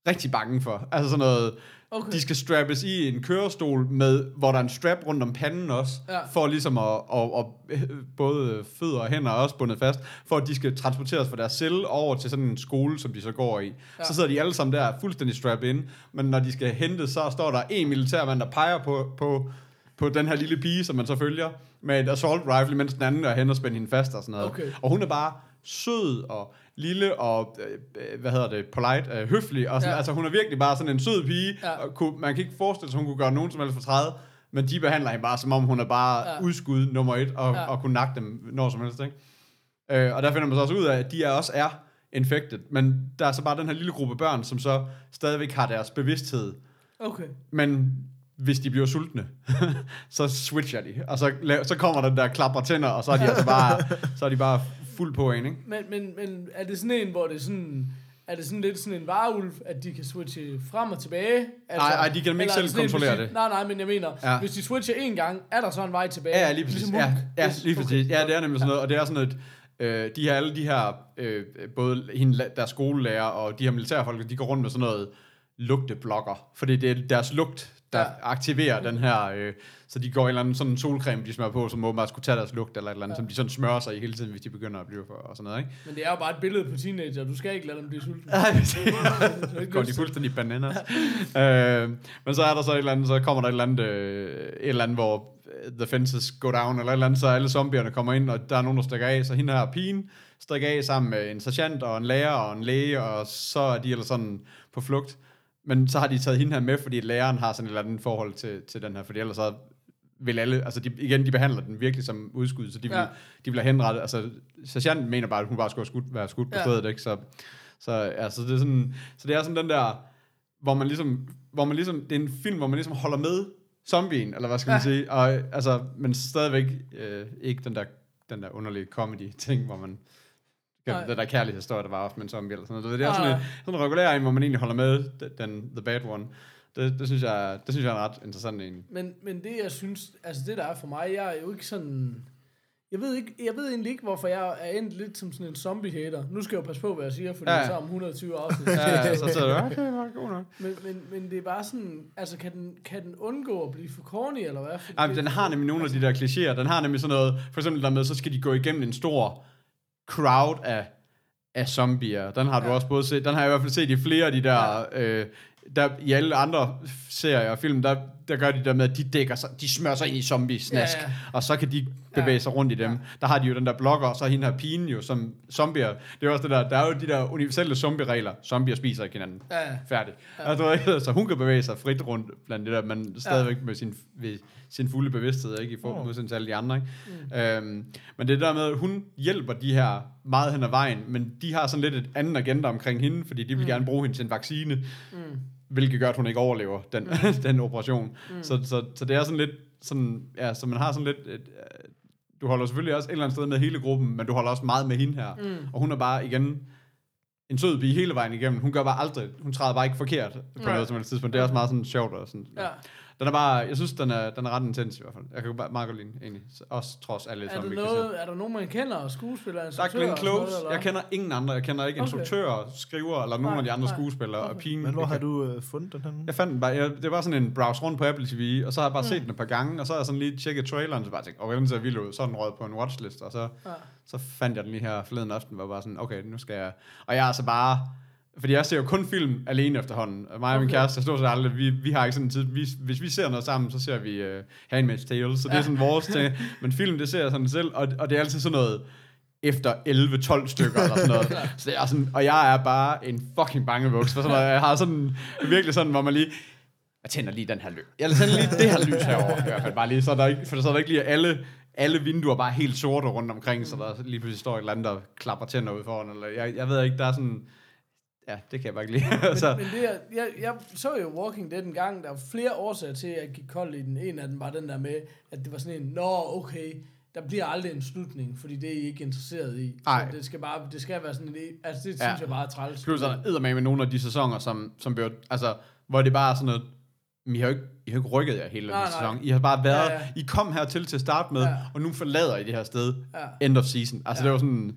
rigtig bange for. Altså sådan noget,
Okay.
okay. de skal strappes i en kørestol, med, hvor der er en strap rundt om panden også,
Ja.
for ligesom at, at, at, at øh, både fødder og hænder er også bundet fast, for at de skal transporteres fra deres celle over til sådan en skole, som de så går i. Ja. Så sidder de alle sammen der fuldstændig strappet ind, men når de skal hentes, så står der en militærmand, der peger på, på, på den her lille pige, som man så følger, med et assault rifle, mens den anden er hen og spænder hende fast og sådan noget.
Okay.
Og hun er bare sød og lille og, øh, øh, hvad hedder det, polite, øh, høflig. Og sådan,
Ja.
ja. Altså hun er virkelig bare sådan en sød pige.
Ja.
Ja. Og kunne, man kan ikke forestille sig, hun kunne gøre nogen som helst for 30. Men de behandler hende bare, som om hun er bare
Ja.
ja. udskud nummer et, og,
Ja.
ja. og kunne nakke dem når som helst. Ikke? Øh, og der finder man så også ud af, at de er også er infected. Men der er så bare den her lille gruppe børn, som så stadigvæk har deres bevidsthed.
Okay.
Men hvis de bliver sultne, så switcher de. Og så, laver, så kommer den der klapper tænder, og så er de altså bare, så er de bare fuld på en, ikke?
Men, men, men er det sådan en, hvor det er sådan... Er det sådan lidt sådan en varulv, at de kan switche frem og tilbage? Altså,
Nej, nej, de kan nemlig
eller er
ikke selv
det sådan en,
kontrollere
hvis de,
det.
Nej, nej, men jeg mener, ja.
Ja.
hvis de switcher en gang, er der så en vej tilbage?
Ja, ja, lige præcis.
Ligesom
ja,
Hulk.
ja,
Yes,
lige
okay.
præcis. Ja, det er nemlig sådan noget, og det er sådan et, øh, de her, alle de her, øh, både hende, la- deres skolelærer og de her militærfolk, de går rundt med sådan noget lugteblokker, fordi det er deres lugt, der
Ja.
ja. aktiverer den her, øh, så de går en eller anden sådan en solcreme, de smører på, som åbenbart skulle tage deres lugt, eller et eller andet, ja. som de sådan smører sig i hele tiden, hvis de begynder at blive for, og sådan noget, ikke?
Men det er jo bare et billede på teenager. Du skal ikke lade dem blive sultne.
Nej, præcis.
Du er ikke
går
lyst
de
til-
fuldstændig Øhm, bananas. øh, men så er der så et eller andet, så kommer der et eller andet, øh, et eller andet hvor øh, the fences go down, eller et eller andet, så alle zombierne kommer ind, og der er nogen, der stikker af. Så hende her pigen stikker af sammen med en sergeant, og en lærer, og en læge, og så er de eller sådan på flugt. Men så har de taget hende her med, fordi læreren har sådan et eller andet forhold til, til den her, fordi ellers så vil alle, altså de, igen, de behandler den virkelig som udskud, så de vil,
Ja.
ja. de vil have henrettet, altså sergeanten mener bare, at hun bare skulle have skudt, være skudt på
Ja.
ja. stedet, ikke? Så, så, ja, så, det er sådan, så det er sådan den der, hvor man ligesom, hvor man ligesom, det er en film, hvor man ligesom holder med zombien, eller hvad skal man
Ja.
ja. sige, og, altså, men stadigvæk øh, ikke den der, den der underlige comedy-ting, hvor man,
Nej.
den der kærlighedshistorie, der var ofte med en zombie, eller sådan noget. Det er
Nej,
sådan, en,
nej.
sådan en regulær en, hvor man egentlig holder med den- den the bad one. Det, det, synes jeg, det synes jeg er en ret interessant en.
Men, men det, jeg synes, altså det, der er for mig, jeg er jo ikke sådan... Jeg ved, ikke, jeg ved egentlig ikke, hvorfor jeg er endt lidt som sådan en zombie-hater. Nu skal jeg jo passe på, hvad jeg siger, for ja.
Ja,
det
ja.
er så om 120 afsnit.
Ja, Øh, så sidder du, okay, det var god nok.
Men, men, men det er bare sådan, altså kan den, kan den undgå at blive for corny, eller hvad? Fordi
Ej, men den har nemlig nogle af de der klichéer. Den har nemlig sådan noget, for eksempel der med, så skal de gå igennem en stor crowd af, af zombier. Den har du også både set. Den har jeg i hvert fald set i flere af de der... Øh, der, I alle andre serier og film, der, der gør de der med, at de, dækker sig, de smører sig ind i zombie-snask,
Ja,
ja,
ja.
ja. og så kan de bevæge
Ja.
sig rundt i dem. Ja. Der har de jo den der blogger, og så hende her pigen jo, som zombier. Det er jo også det der, der er jo de der universelle zombie-regler. Zombier spiser ikke hinanden.
Ja, ja.
Færdig. Ja. Altså, så hun kan bevæge sig frit rundt blandt det der, men stadigvæk med sin, ved sin fulde bevidsthed, ikke? I forhold oh. modsætning til alle de andre, ikke? Mm. Øhm, men det der med, at hun hjælper de her meget hen ad vejen, men de har sådan lidt et anden agenda omkring hende, fordi de vil mm. gerne bruge hende til en vaccine, mm. hvilket gør, at hun ikke overlever den, mm. den operation. Mm. Så, så, så det er sådan lidt, sådan, ja, så man har sådan lidt et, øh, du holder selvfølgelig også et eller andet sted med hele gruppen, men du holder også meget med hende her. Mm. Og hun er bare igen en sød pige hele vejen igennem. Hun gør bare aldrig, hun træder bare ikke forkert på
Nej.
noget som helst tidspunkt. Det er også meget sådan sjovt og sådan.
Ja.
Den er bare, jeg synes, den er, den er ret intens i hvert fald. Jeg kan bare meget godt lide den, egentlig. Så- Også trods alle
Er,
som
der
vi kan se.
noget, er der nogen, man kender? Skuespillere,
Der er
instruktører?
Glenn
og sådan noget,
Close.
eller
Jeg
hvad?
kender ingen andre. Jeg kender ikke
Okay.
instruktører, skriver eller nogen
Nej,
af de andre
nej.
skuespillere. Og pigen,
Men hvor
jeg
har du øh, fundet den her?
jeg fandt den bare, jeg, det var sådan en browse rundt på Apple TV, og så har jeg bare
Mm.
set den et par gange, og så har jeg sådan lige tjekket traileren, og så bare tænkt, okay, den ser vild ud, så er den røget på en watchlist, og så,
Ja.
ja. så fandt jeg den lige her forleden aften, hvor jeg bare sådan, okay, nu skal jeg, og jeg er altså bare, fordi jeg ser jo kun film alene efterhånden, mig og min
Okay.
kæreste, jeg stort set aldrig, vi, vi har ikke sådan en tid, vi, hvis vi ser noget sammen, så ser vi uh, Handmaid's Tale, så det
Ja.
er sådan vores ting, men film, det ser jeg sådan selv, og, og det er altid sådan noget, efter 11-12 stykker eller sådan noget. så det er sådan, og jeg er bare en fucking bangebuks for sådan noget. Jeg har sådan, virkelig sådan, hvor man lige, jeg tænder lige den her lys. Jeg tænder lige det her lys herovre, i hvert fald bare lige, så der ikke, for så der ikke lige er alle, alle vinduer bare helt sorte rundt omkring, så der lige pludselig står et eller andet, der klapper tænder ud foran, eller jeg, jeg ved ikke, der er sådan, ja, det kan jeg bare ikke lide. så,
Men det er, jeg, jeg så jo Walking Dead en gang, der var flere årsager til, at jeg gik kold i den. En af dem var den der med, at det var sådan en, nå okay, der bliver aldrig en slutning, fordi det er I ikke interesseret i.
Ej.
Så det skal bare, det skal være sådan en, altså det synes
Ja.
jeg bare er træls.
Plus er der med nogle af de sæsoner, som, som bliver, altså, hvor det bare er sådan noget, I har jo ikke, I har ikke rykket jer hele den
Nej,
her
nej.
sæson. I har bare været,
Ja,
ja,
ja.
ja. I kom hertil til at starte med,
Ja.
ja. og nu forlader I det her sted.
Ja.
End of season. Altså, ja. det var sådan,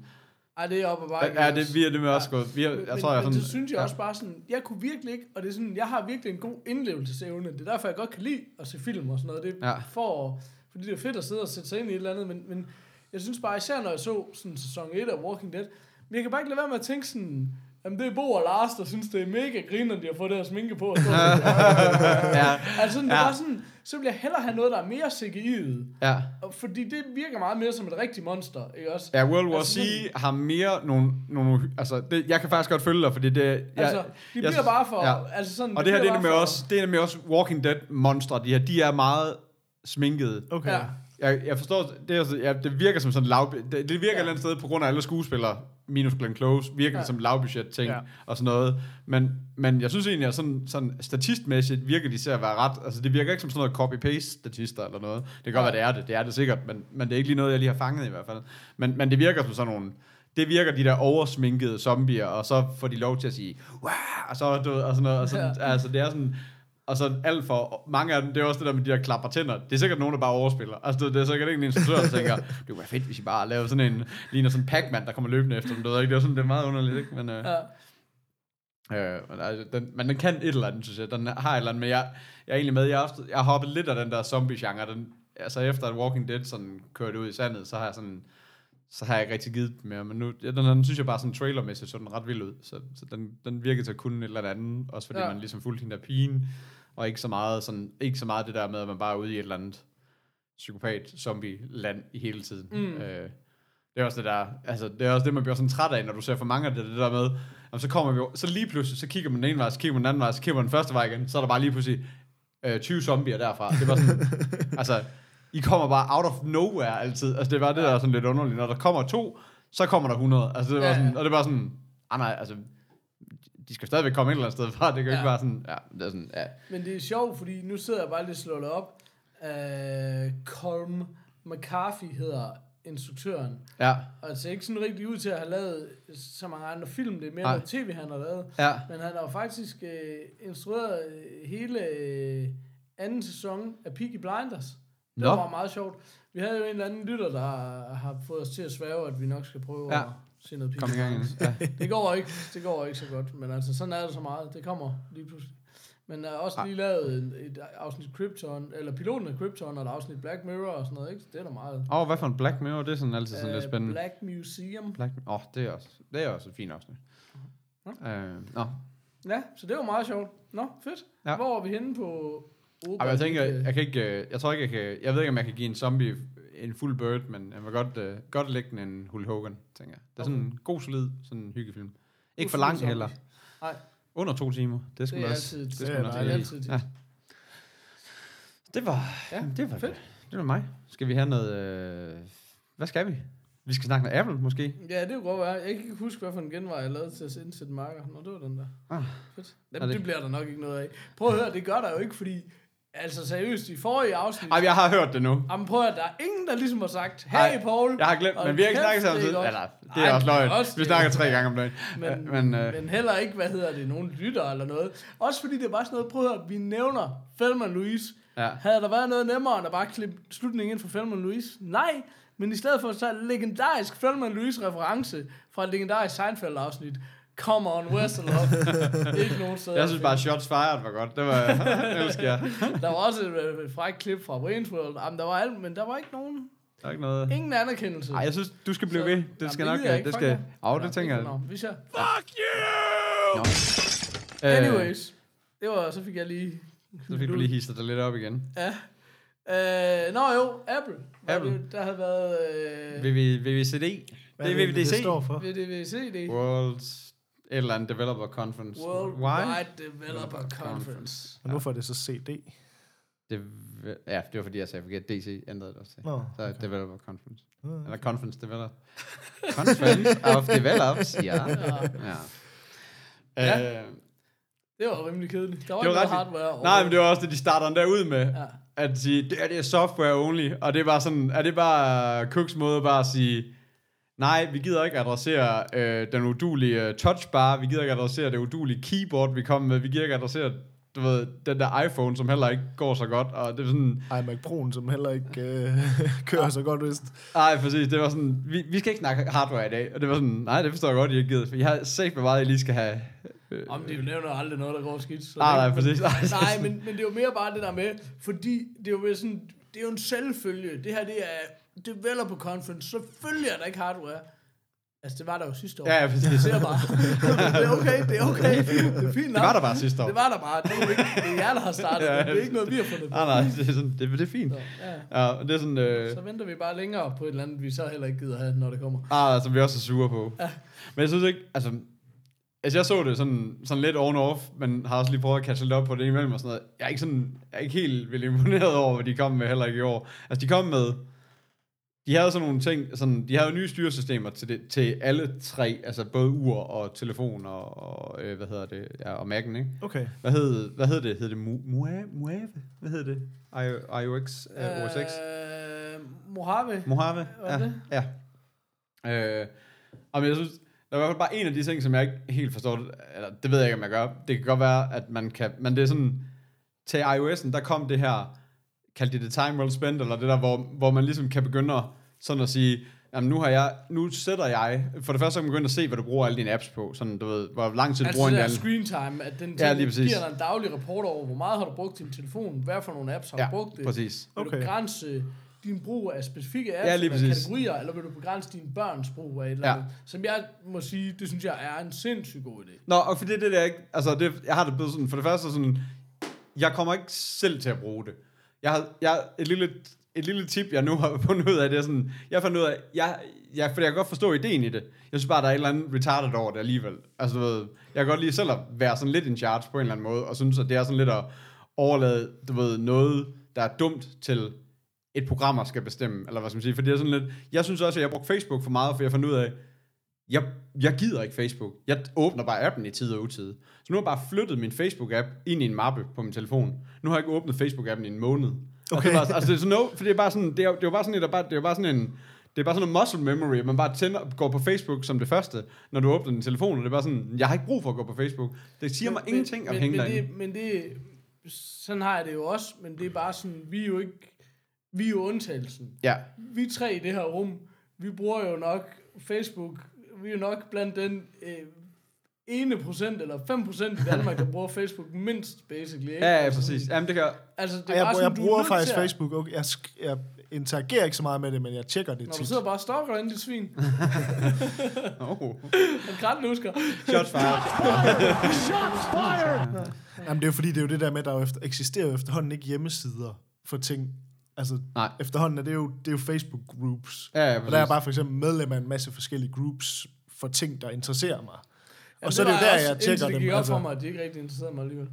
Ej, det er op altså. og bare.
ja, det, vi er det med også gået. Vi er, jeg
men, jeg
tror, jeg er
men
sådan,
det synes jeg
ja.
også bare sådan, jeg kunne virkelig ikke, og det er sådan, jeg har virkelig en god indlevelsesevne. Det er derfor, jeg godt kan lide at se film og sådan noget. Det er ja.
Ja.
for, fordi det er fedt at sidde og sætte sig ind i et eller andet, men, men jeg synes bare, især når jeg så sådan sæson 1 af Walking Dead, men jeg kan bare ikke lade være med at tænke sådan, jamen det er Bo og Lars, der synes, det er mega griner, de har fået deres sminke på. Og stå og
Ja,
altså sådan, det
Ja.
var sådan, så vil jeg hellere have noget, der er mere CGI'et.
ja.
Og Fordi det virker meget mere som et rigtigt monster, ikke også?
Ja, World War
Altså,
Z
sådan-
har mere nogle... nogle uhy- altså, det, jeg kan faktisk godt følge dig, fordi det... Jeg,
Altså, det bliver
synes-
bare for- altså sådan, det
og det, her, det
bliver
er nemlig
bare for-
også, det er nemlig også Walking Dead-monstre, de her. De er meget sminkede.
Okay.
Ja.
Jeg, jeg forstår, det, er, også- ja, det virker som sådan lav... Det, det virker ja. et eller andet sted på grund af alle skuespillere, minus Glenn Close, virker ja. det som lavbudget-ting
Ja.
ja. og sådan noget. Men, men jeg synes egentlig, at sådan, sådan statistmæssigt virker de til at være ret... Altså, det virker ikke som sådan noget copy-paste-statister eller noget. Det kan godt
Nej.
være, det er det. Det er det sikkert, men, men det er ikke lige noget, jeg lige har fanget i hvert fald. Men, men det virker som sådan nogle... Det virker de der oversminkede zombier, og så får de lov til at sige, wow, og så du, ved, og sådan noget. Og sådan, ja. Altså, det er sådan... Og så alt for mange af dem, det er også det der med de der klapper tænder. Det er sikkert nogen, der bare overspiller. Altså, det, det er sikkert ikke en instruktør, der tænker, det kunne være fedt, hvis I bare lavede sådan en, ligner sådan en Pac-Man, der kommer løbende efter dem. Det, ved jeg ikke, det er sådan, det er meget underligt, ikke? Men, øh,
Ja.
Øh, men, altså, den, men den kan et eller andet, synes jeg. Den har et eller andet, men jeg, jeg er egentlig med. Jeg har, haft- jeg har hoppet lidt af den der zombie-genre. Den, altså efter at Walking Dead sådan kørte ud i sandet, så har jeg sådan så har jeg ikke rigtig givet den mere, men nu, ja, den, den synes jeg bare sådan trailermæssigt, så den ret vild ud, så, så den, den virkede til at kunne et eller andet, også fordi
Ja.
ja. man ligesom fulgte hende der pigen, og ikke så meget sådan, ikke så meget det der med, at man bare er ude i et eller andet psykopat-zombie-land i hele tiden. Mm. Øh, det er også det der, altså, det er også det, man bliver sådan træt af, når du ser for mange af det, det der med, jamen, så kommer vi, jo- så lige pludselig, så kigger man den ene vej, så kigger man den anden vej, så kigger man den første vej igen, så er der bare lige pludselig øh, 20 zombier derfra. Det var sådan, altså, I kommer bare out of nowhere altid. Altså, det var det, der er sådan lidt underligt. Når der kommer to, så kommer der 100. Altså, det var
Ja,
sådan,
ja.
og det var sådan, ah nej, altså, de skal stadigvæk komme et eller andet sted fra. Det kan jo
Ja.
ikke være sådan, ja, det er sådan, ja.
Men det er sjovt, fordi nu sidder jeg bare lidt slået op. Uh, Colm McCarthy hedder instruktøren.
Ja,
Og det ser ikke sådan rigtig ud til at have lavet så mange andre film. Det er mere
Nej.
noget tv, han har lavet.
ja.
Men han har jo faktisk øh, instrueret øh, hele øh, anden sæson af Peaky Blinders. Det
Nå.
var meget sjovt. Vi havde jo en eller anden lytter, der har- har fået os til at svæve, at vi nok skal prøve
Ja.
ja. at se noget Peaky
Kom i gang igen.
Blinders.
Ja.
Det går ikke, det går ikke så godt, men altså sådan er det så meget. Det kommer lige pludselig. Men der er
Ah.
også lige lavet en- et afsnit Krypton, eller piloten af Krypton, og et afsnit Black Mirror og sådan noget, ikke? Det er da meget.
Og hvad for en Black Mirror? Det er sådan altid sådan lidt
Øh,
spændende.
Black Museum.
Black Åh, oh, det er også, det er også et fint afsnit. Øh, nå.
Ja, så det var meget sjovt. Nå, fedt.
Ja.
Ja. Hvor er vi henne på... Opa,
Ej, men jeg tænker, jeg kan ikke, øh, jeg tror ikke, jeg kan, jeg ved ikke, om jeg kan give en zombie en fuld bird, men jeg vil godt, øh, godt lægge den en Hulk Hogan, tænker jeg. Det er sådan en god, solid sådan en hyggefilm. Ikke for
Ufuld
lang
zombie.
heller.
Nej.
Under to timer. Det
Det
skulle
er
også.
altid-
Det,
det
skulle
er
man også
dejligt.
lige.
Altid tit.
Ja. Det var,
Ja,
ja, det var
fedt.
fedt. Det var mig. Skal vi have noget, øh, hvad skal vi? Vi skal snakke noget Apple, måske?
Ja, det kunne godt være. Jeg kan ikke huske, hvad for en genvej jeg lavede til at indsætte marker. Nå, det var den der.
Ah.
Fedt. Dem,
Er det-
det... det bliver der nok ikke noget af. Prøv at høre, det gør der jo ikke, fordi... Altså seriøst, i forrige afsnit...
Ej, jeg har hørt det nu.
Jamen prøv at høre, der er ingen, der ligesom har sagt,
Ej,
hey Paul.
Jeg har glemt,
Hold
men vi har ikke
kæft,
snakket sammen
det er
siden.
godt.
Ja, nej, det er
Ej,
også
det er
løgn.
også-
Vi snakker tre gange om dagen.
Men,
Øh, Men, øh,
men heller ikke, hvad hedder det, nogen lytter eller noget. Også fordi det er bare sådan noget, prøv at høre, vi nævner Felman Louise.
Ja.
Havde der været noget nemmere, end at bare klippe slutningen ind for Felman Louise? Nej, men i stedet for så en legendarisk Felman Louise-reference fra et legendarisk Seinfeld-afsnit. Come on, Westerlof. ikke nogen steder.
jeg synes bare, Shots Fired var godt. Det var, det elsker jeg.
Der var også et, øh, et frækt klip fra Wayne's World. Jamen, der var alt, men der var ikke nogen,
Der er ikke noget.
ingen anerkendelse.
Ej, jeg synes, du skal blive
Så-
ved.
Jamen,
Det skal
det
nok...
gider jeg ikke.
Det
Fuck
skal...
jer.
Au, det tænker jeg.
Nå, hvis jeg...
Øh,
Anyways. Det var, så fik jeg lige...
Så fik du lige hisset dig lidt op igen.
Ja. Øh, nå jo, Apple. Var
Apple.
Det, der havde været... Øh,
VV, VVCD.
Hvad
Det er
egentlig,
VVDC.
Det står for.
VDVCD.
World... Et eller andet Developer Conference.
World
Why?
Wide Developer Conference.
Og nu får det så CD.
Det, ja, det var fordi, jeg sagde forkert. DC ændrede det også til.
Nå,
Så okay. Developer Conference.
Nå, okay.
Eller Conference Developer. Conference of Developers, ja. ja.
Ja.
Øh,
Det var rimelig kedeligt. Der var,
Det
ikke
var
noget
ret-
hardware.
Nej, men det var også det, de starter den derud med. Ja.
Ja.
At sige, det her det er software only. Og det er bare sådan, er det bare Cooks måde bare at sige, nej, vi gider ikke adressere øh, den udulige touchbar, vi gider ikke adressere det udulige keyboard, vi kom med, vi gider ikke adressere du ved, den der iPhone, som heller ikke går så godt, og det er sådan,
iMac Pro'en, som heller ikke øh, kører så godt vist.
nej, præcis, det var sådan, vi, vi skal ikke snakke hardware i dag, og det var sådan, nej, det forstår jeg godt, I ikke gider, for jeg har set, hvor meget I lige skal have. Øh,
Om det nævner aldrig noget, der går skidt. Så
nej,
det-
nej, præcis. Nej,
Nej, men, men det er jo mere bare det der med, fordi det er jo mere sådan, det er jo en selvfølge. Det her, det er developer conference. Selvfølgelig er der ikke hardware. Altså, det var der jo sidste år.
Ja, ja, præcis.
Det er bare. det er okay, det er okay. Det er fint nok.
Det var der bare sidste år.
Det var der bare. Det er, jo ikke, det er jer, der har startet.
Ja,
ja,
ja.
Det er ikke noget, vi har fundet på.
Ah, Nej, nej, det er, sådan, det, det er fint.
Ja.
Ja, og det er sådan... Øh,
Så venter vi bare længere på et eller andet, vi så heller ikke gider have, når det kommer.
Ah, som vi også er sure på. Ja. Men jeg synes ikke, altså... Altså, jeg så det sådan, sådan lidt on-off, men har også lige prøvet at catche lidt op på det imellem og sådan noget. Jeg er ikke, sådan, jeg er ikke helt vildt imponeret over, hvad de kom med heller ikke i år. Altså, de kom med... De havde sådan nogle ting, sådan, de havde jo nye styresystemer til, det, til alle tre, altså både ur og telefon og, og øh, hvad hedder det, ja, og Mac'en, ikke?
Okay.
Hvad hed, hvad hed det? Hed det Mu- Mua- Muave? Hvad hed det? I- iOX? Uh, OS X?
Øh, Mojave.
Mojave?
Var det det?
ja. ja. Øh, og men jeg synes, der er i hvert fald bare en af de ting, som jeg ikke helt forstår, eller det ved jeg ikke, om jeg gør. Det kan godt være, at man kan, men det er sådan, til iOS'en, der kom det her, kaldte de det time well spent, eller det der, hvor, hvor man ligesom kan begynde at, sådan at sige, jamen nu har jeg, nu sætter jeg, for det første så kan man begynde at se, hvad du bruger alle dine apps på, sådan du ved, hvor lang tid du
Altså
bruger en
det
eller
der
anden.
screen time, at den
Ja,
ting,
lige præcis.
giver dig en daglig rapport over, hvor meget har du brugt din telefon, hvad for nogle apps har
Ja,
du brugt det.
præcis.
Vil
Okay.
du begrænse din brug af specifikke apps
Ja,
ja,
lige
eller
præcis.
kategorier, eller vil du begrænse dine børns brug af et eller
Ja.
andet? Som jeg må sige, det synes jeg er en sindssygt god idé.
Nå, og for det, det der ikke, altså det, jeg har det blevet sådan, for det første sådan, jeg kommer ikke selv til at bruge det. Jeg har, jeg, et lille, et lille tip, jeg nu har fundet ud af, det er sådan, jeg fandt ud af, jeg, jeg, for jeg kan godt forstå ideen i det. Jeg synes bare, der er et eller andet retarded over det alligevel. Altså, du ved, jeg kan godt lige selv at være sådan lidt in charge på en eller anden måde, og synes, at det er sådan lidt at overlade, du ved, noget, der er dumt til et program, skal bestemme, eller hvad skal man sige, for det er sådan lidt, jeg synes også, at jeg brugte Facebook for meget, for jeg fandt ud af, jeg, jeg gider ikke Facebook. Jeg åbner bare appen i tid og utid. Så nu har jeg bare flyttet min Facebook-app ind i en mappe på min telefon. Nu har jeg ikke åbnet Facebook-appen i en måned. Okay. Altså, det er bare, altså, det er sådan, no, for det er bare sådan, det er, det er jo bare sådan, et, der bare, det er jo bare sådan en, det er bare sådan en muscle memory, at man bare tænder, går på Facebook som det første, når du åbner din telefon, og det er bare sådan, jeg har ikke brug for at gå på Facebook. Det siger mig ingenting at
men,
hænge
men
derinde.
det, men det, sådan har jeg det jo også, men det er bare sådan, vi er jo ikke, vi er jo undtagelsen.
Ja,
Vi tre i det her rum, vi bruger jo nok Facebook, vi er jo nok blandt den øh, ene procent eller 5 procent i Danmark, der bruger Facebook mindst, basically. Ikke?
ja, ja præcis. Jamen, det kan,
Altså, det er
Jeg,
bare
jeg,
sådan,
jeg
du er
bruger
nødt
faktisk
til at-
Facebook. Okay, jeg, sk- jeg interagerer ikke så meget med det, men jeg tjekker det
Når du
tit.
sidder bare og stalker ind dit svin,
oh,
han grædende husker.
shots fired.
Jamen, det er jo fordi, det er jo det der med, at der jo efter, eksisterer jo efterhånden ikke hjemmesider for ting. Altså,
Nej.
efterhånden er det jo, det er jo Facebook-groups.
Ja, ja,
og der er jeg
præcis.
bare for eksempel medlem af en masse forskellige groups for ting, der interesserer mig. og så er
var
det jo der,
også,
jeg tjekker
indtil det
dem.
gik op
altså.
for mig, at de ikke rigtig interesserede mig alligevel.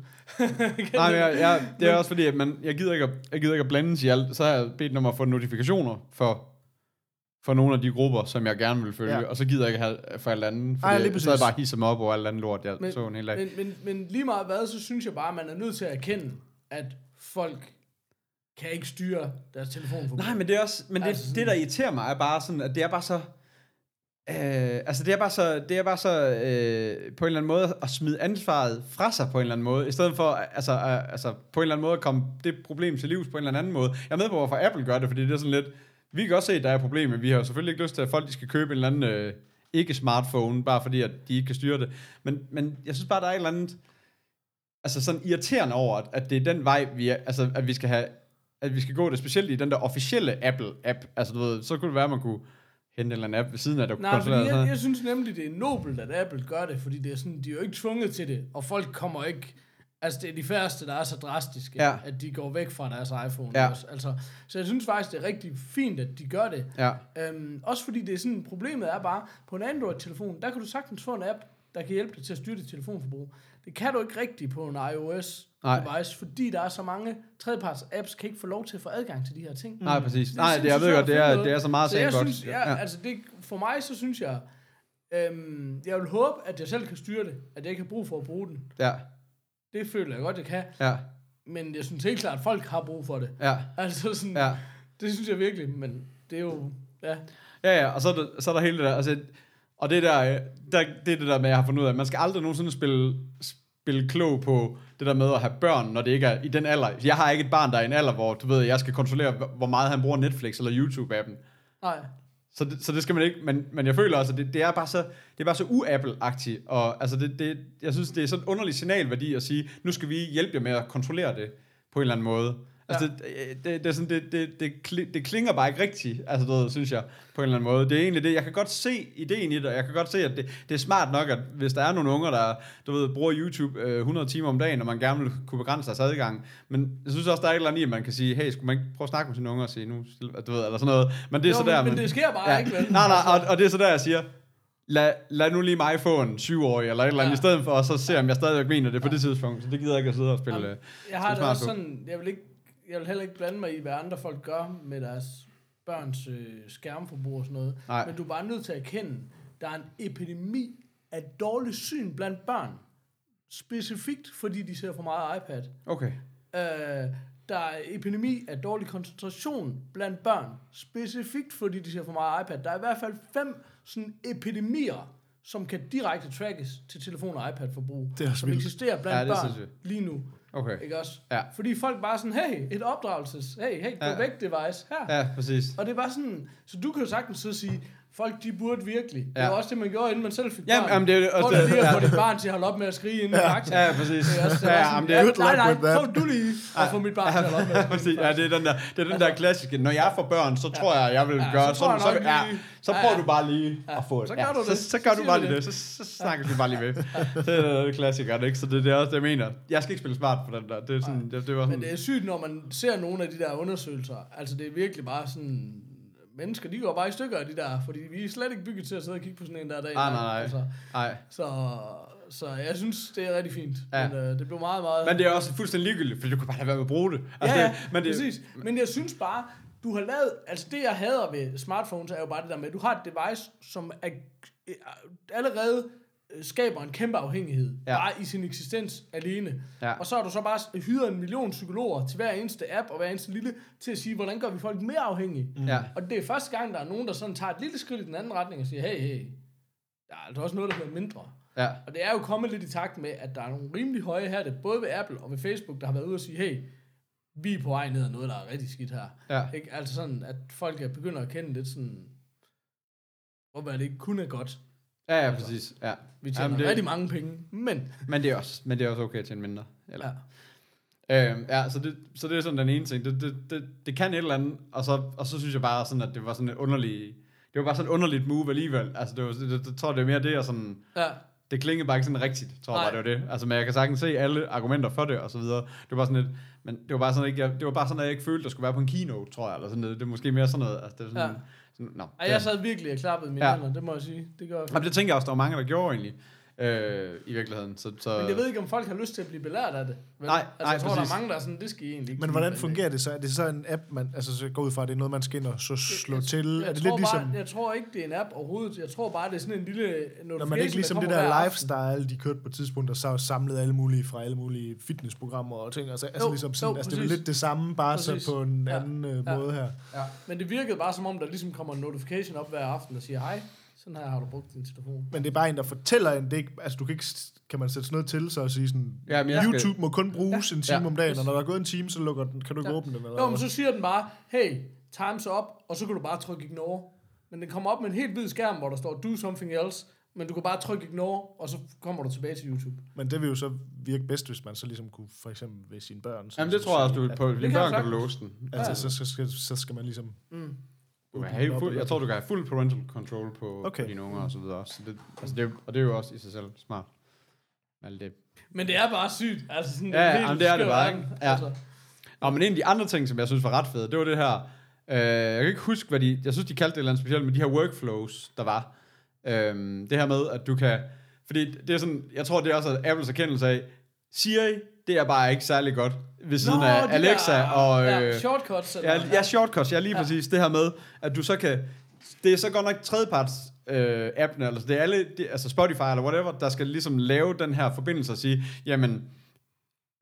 Nej, men jeg, jeg, det er også fordi, at man, jeg, gider ikke at, jeg gider ikke at blandes i alt. Så har jeg bedt om at få notifikationer for, for nogle af de grupper, som jeg gerne vil følge.
Ja.
Ja. Og så gider jeg ikke have for alt andet.
Nej,
Fordi
lige
Ej, så er jeg
præcis.
bare hisset mig op over alt andet lort, jeg men, så en hel dag.
men, men, men lige meget hvad, så synes jeg bare, at man er nødt til at erkende, at folk kan ikke styre deres telefonforbrug.
Nej, men det er også, men det,
Altså
altså, det der irriterer mig er bare sådan, at det er bare så, øh, altså det er bare så, det er bare så øh, på en eller anden måde at smide ansvaret fra sig på en eller anden måde, i stedet for altså, øh, altså på en eller anden måde at komme det problem til livs på en eller anden måde. Jeg er med på, hvorfor Apple gør det, fordi det er sådan lidt, vi kan godt se, at der er problemer, vi har jo selvfølgelig ikke lyst til, at folk de skal købe en eller anden øh, ikke-smartphone, bare fordi at de ikke kan styre det, men, men jeg synes bare, der er et eller andet, altså sådan irriterende over, at, at det er den vej, vi er, altså, at vi skal have, at vi skal gå det, specielt i den der officielle Apple-app. Altså, du ved, så kunne det være, at man kunne hente en eller anden app ved siden af, der kunne
Nej, fordi
kontrollere sådan
jeg,
noget.
jeg synes nemlig, det er nobelt, at Apple gør det, fordi det er sådan, de er jo ikke tvunget til det, og folk kommer ikke... Altså, det er de færreste, der er så drastiske,
Ja.
at de går væk fra deres iPhone.
Ja.
Også. Altså, så jeg synes faktisk, det er rigtig fint, at de gør det.
Ja.
Øhm, også fordi det er sådan, problemet er bare, på en Android-telefon, der kan du sagtens få en app, der kan hjælpe dig til at styre dit telefonforbrug. Det kan du ikke rigtigt på en
Nej.
iOS-device, fordi der er så mange tredjeparts apps, kan ikke få lov til at få adgang til de her ting.
Nej,
Mm. Det er
præcis. Mm. Nej, det,
sindssygt
jeg ved
svært
godt,
at
det
finde
er,
noget.
det er så meget
så jeg
sandbox.
synes, jeg, ja. altså det, for mig så synes jeg, øhm, jeg vil håbe, at jeg selv kan styre det, at jeg ikke har brug for at bruge den.
ja,
Det føler jeg godt, jeg kan,
ja,
men jeg synes helt klart, at folk har brug for det.
ja,
Altså sådan,
ja.
det synes jeg virkelig, men det er jo, ja.
Ja, ja, og så er der, så er der hele det der, altså, og det der, øh, der, det er det der med, jeg har fundet ud af, at man skal aldrig nogensinde spille, spille klog på det der med at have børn, når det ikke er i den alder. Jeg har ikke et barn, der er i en alder, hvor du ved, jeg skal kontrollere, hvor- hvor meget han bruger Netflix eller YouTube-appen.
Nej.
Så det, så det skal man ikke, men, men jeg føler også, at det, det er bare så, det er bare så u-Apple-agtigt, og altså det, det, jeg synes, det er sådan en underlig signalværdi at sige, nu skal vi hjælpe jer med at kontrollere det på en eller anden måde. Altså
Ja.
ja. det, det, det, er sådan, det, det, det, kli- det klinger bare ikke rigtigt, altså det, synes jeg, på en eller anden måde. Det er egentlig det, jeg kan godt se ideen i det, og jeg kan godt se, at det, det er smart nok, at hvis der er nogle unger, der du ved, bruger YouTube øh, 100 timer om dagen, og man gerne vil kunne begrænse deres adgang, men jeg synes også, der er et eller andet i, at man kan sige, hey, skulle man ikke prøve at snakke med sine unger og sige, nu, stille- du ved, eller sådan noget. Men det er
Jo,
så
men-
der,
men det sker bare ikke, vel? Altså-
Nej, nej, og, og det er så der, jeg siger, lad, lad nu lige mig få en syvårig eller et eller andet,
Ja.
ja. i stedet for, og så se, om jeg stadigvæk mener det på det tidspunkt. Så det gider jeg ikke at sidde og spille.
Jamen,
øh,
Jeg har
spille
det
smart
også
på.
sådan, jeg vil, ikke, jeg vil heller ikke blande mig i, hvad andre folk gør med deres børns øh, skærmforbrug og sådan noget.
Nej.
Men du er bare nødt til at erkende, der er en epidemi af dårlig syn blandt børn. Specifikt, fordi de ser for meget iPad.
Okay.
Øh, der er epidemi af dårlig koncentration blandt børn. Specifikt, fordi de ser for meget iPad. Der er i hvert fald fem sådan epidemier, som kan direkte trackes til telefon- og iPad-forbrug.
Det er også
som
vildt.
eksisterer blandt
Ja, det er
børn
sindssygt.
lige nu.
Okay.
Ikke også?
Ja.
Fordi folk bare sådan, hey, et opdragelses, hey, hey, gå
Ja.
væk device her.
Ja, præcis.
Og det er bare sådan, så du kan jo sagtens sidde og sige, Folk, de burde virkelig. Ja. Det
Ja.
var også det, man gjorde, inden man selv fik
Jamen,
barn.
jamen, det er jo også
Prøv
det.
lige at få
Ja.
dit barn til at holde op med at skrige inden ja. i fakta.
Ja, præcis.
Det er også, det
ja,
var
jamen,
sådan,
det er
ja,
jo...
good
nej,
luck
nej,
with that.
prøv du lige at få mit barn til at holde op med at skrige.
Præcis. Ja, det er den der, det er den der klassiske. Når jeg får børn, så tror jeg, jeg vil
Altså- Ja,
gøre
så tror
sådan.
jeg
Så,
nok
ja,
lige-
så
Ja,
prøver
ja.
du bare lige at få et.
så gør du det.
Så, så gør
Så
du
siger
bare
vi
lige det.
det.
Så, så snakker vi bare lige ved. Det er klassikeren, ikke? Så det, det er også det, jeg mener. Jeg skal ikke spille smart på den der. Det, er sådan, det, det var sådan...
Men det er sygt, når man ser nogle af de der undersøgelser. Altså, det er virkelig bare sådan... Mennesker, de går bare i stykker af de der, fordi vi er slet ikke bygget til at sidde og kigge på sådan en der dag.
Ah, nej, nej.
Altså,
Nej.
så, så jeg synes, det er rigtig fint.
Ja.
Men øh, det blev meget, meget...
Men det er også fuldstændig ligegyldigt, for du kan bare lade være med at bruge det. Altså,
ja, ja,
det,
men
men det,
præcis. Men jeg synes bare, du har lavet... Altså det, jeg hader ved smartphones, er jo bare det der med, at du har et device, som er, øh, allerede øh, skaber en kæmpe afhængighed. Ja.
Ja.
Bare i sin eksistens alene.
Ja.
Og så har du så bare s- hyret en million psykologer til hver eneste app og hver eneste lille, til at sige, hvordan gør vi folk mere afhængige?
Ja.
Og det er første gang, der er nogen, der sådan tager et lille skridt i den anden retning og siger, hey, hey, der er altså også noget, der bliver mindre.
Ja.
Og det er jo kommet lidt i takt med, at der er nogle rimelig høje her, det både ved Apple og ved Facebook, der har været ude og sige, hey, vi er på vej ned af noget, der er rigtig skidt her.
Ja.
Ikke? Altså sådan, at folk er begynder at kende lidt sådan, hvorfor er det ikke kun er godt.
Ja, ja, præcis. Ja.
Vi tjener
Jamen,
Jamen,
det-
rigtig mange penge, men...
Men det er også, men det er også okay til en mindre. Eller?
Ja.
Øhm, ja, så det, så det er sådan den ene ting. Det, det, det, det kan et eller andet, og så, og så synes jeg bare sådan, at det var sådan et underligt, det var bare sådan et underligt move alligevel. Altså, det var, det, det, det tror jeg, det er mere det, og sådan,
Ja,
det klingede bare ikke sådan rigtigt, tror jeg
Nej.
bare, det var det. Altså, men jeg kan sagtens se alle argumenter for det, og så videre. Det var bare sådan et, men det var bare sådan, at jeg, det var bare sådan, at jeg ikke følte, der skulle være på en keynote, tror jeg, eller sådan noget. Det er måske mere sådan noget, altså, det er sådan,
Ja.
ja. sådan no,
Ej, jeg sad virkelig og klappede mine
Ja.
hænder, det må jeg sige. Det gør jeg.
Jamen, det tænker jeg også, der var mange, der gjorde egentlig, øh, i virkeligheden. Så, så,
Men jeg ved ikke, om folk har lyst til at blive belært af det. Vel?
Nej,
altså,
nej,
jeg tror, der
præcis.
er mange, der er sådan, det skal I egentlig ikke. øh,
Men hvordan
kigge på."
fungerer det så? Er det så en app, man altså, så går ud fra, at det er noget, man skal ind og så slå til?
Jeg
Er det
tror
lidt ligesom,
bare, jeg tror ikke, det er en app overhovedet. Jeg tror bare, det er sådan en lille notification,
når man ikke ligesom det
kommer hver
der
aften.
lifestyle, de kørte på et tidspunkt, der så samlede alle mulige fra alle mulige fitnessprogrammer og ting? Altså, altså,
Jo,
ligesom sådan,
jo,
altså det er vel
præcis.
lidt det samme, bare så
Præcis.
på en
Ja,
anden øh,
ja.
måde her.
Men det virkede bare som om, der ligesom kommer en notification op hver aften, der siger, hej, sådan her har du brugt din telefon.
Men det er bare en, der fortæller en, det er ikke, altså du kan ikke, s- kan man sætte sådan noget til, så at sige sådan,
Ja, men jeg skal-
YouTube må kun bruges ja. en time
Ja.
ja. om dagen, og når der er gået en time, så lukker den, kan du ikke
Ja.
ja. åbne den? Eller
Jo, men
hvad?
så siger den bare, hey, time's up, og så kan du bare trykke ignore. Men den kommer op med en helt hvid skærm, hvor der står, do something else, men du kan bare trykke ignore, og så kommer du tilbage til YouTube.
men det vil jo så virke bedst, hvis man så ligesom kunne, for eksempel ved sine børn. Så
Jamen, det tror jeg også, du
at-
på dine
kan
børn
jeg
kan du låse den.
Altså, så, så, skal, så skal man ligesom...
Du kan have fuld, jeg tror, du kan have fuld parental control på, okay.
Okay.
på dine unger og så videre. Så det,
Mm.
altså det, er jo- og det er jo også i sig selv smart. Alt det.
Men det er bare sygt. Altså, sådan,
Ja,
en
ja,
helt
jamen, det er det
skør
bare,
verden. Altså.
ikke? Ja. Nå, men en af de andre ting, som jeg synes var ret fede, det var det her, øh, jeg kan ikke huske, hvad de, jeg synes, de kaldte det et eller andet specielt, men de her workflows, der var. Øh, det her med, at du kan, fordi det er sådan, jeg tror, det er også Apples erkendelse af, Siri, det er bare ikke særlig godt ved siden
Nå, de
af Alexa
der,
og...
ja,
Øh,
shortcuts. Eller,
Ja, ja, shortcuts, ja, lige ja. præcis. Det her med, at du så kan... Det er så godt nok tredjeparts øh, appen, eller det er alle, det, altså Spotify eller whatever, der skal ligesom lave den her forbindelse og sige, jamen,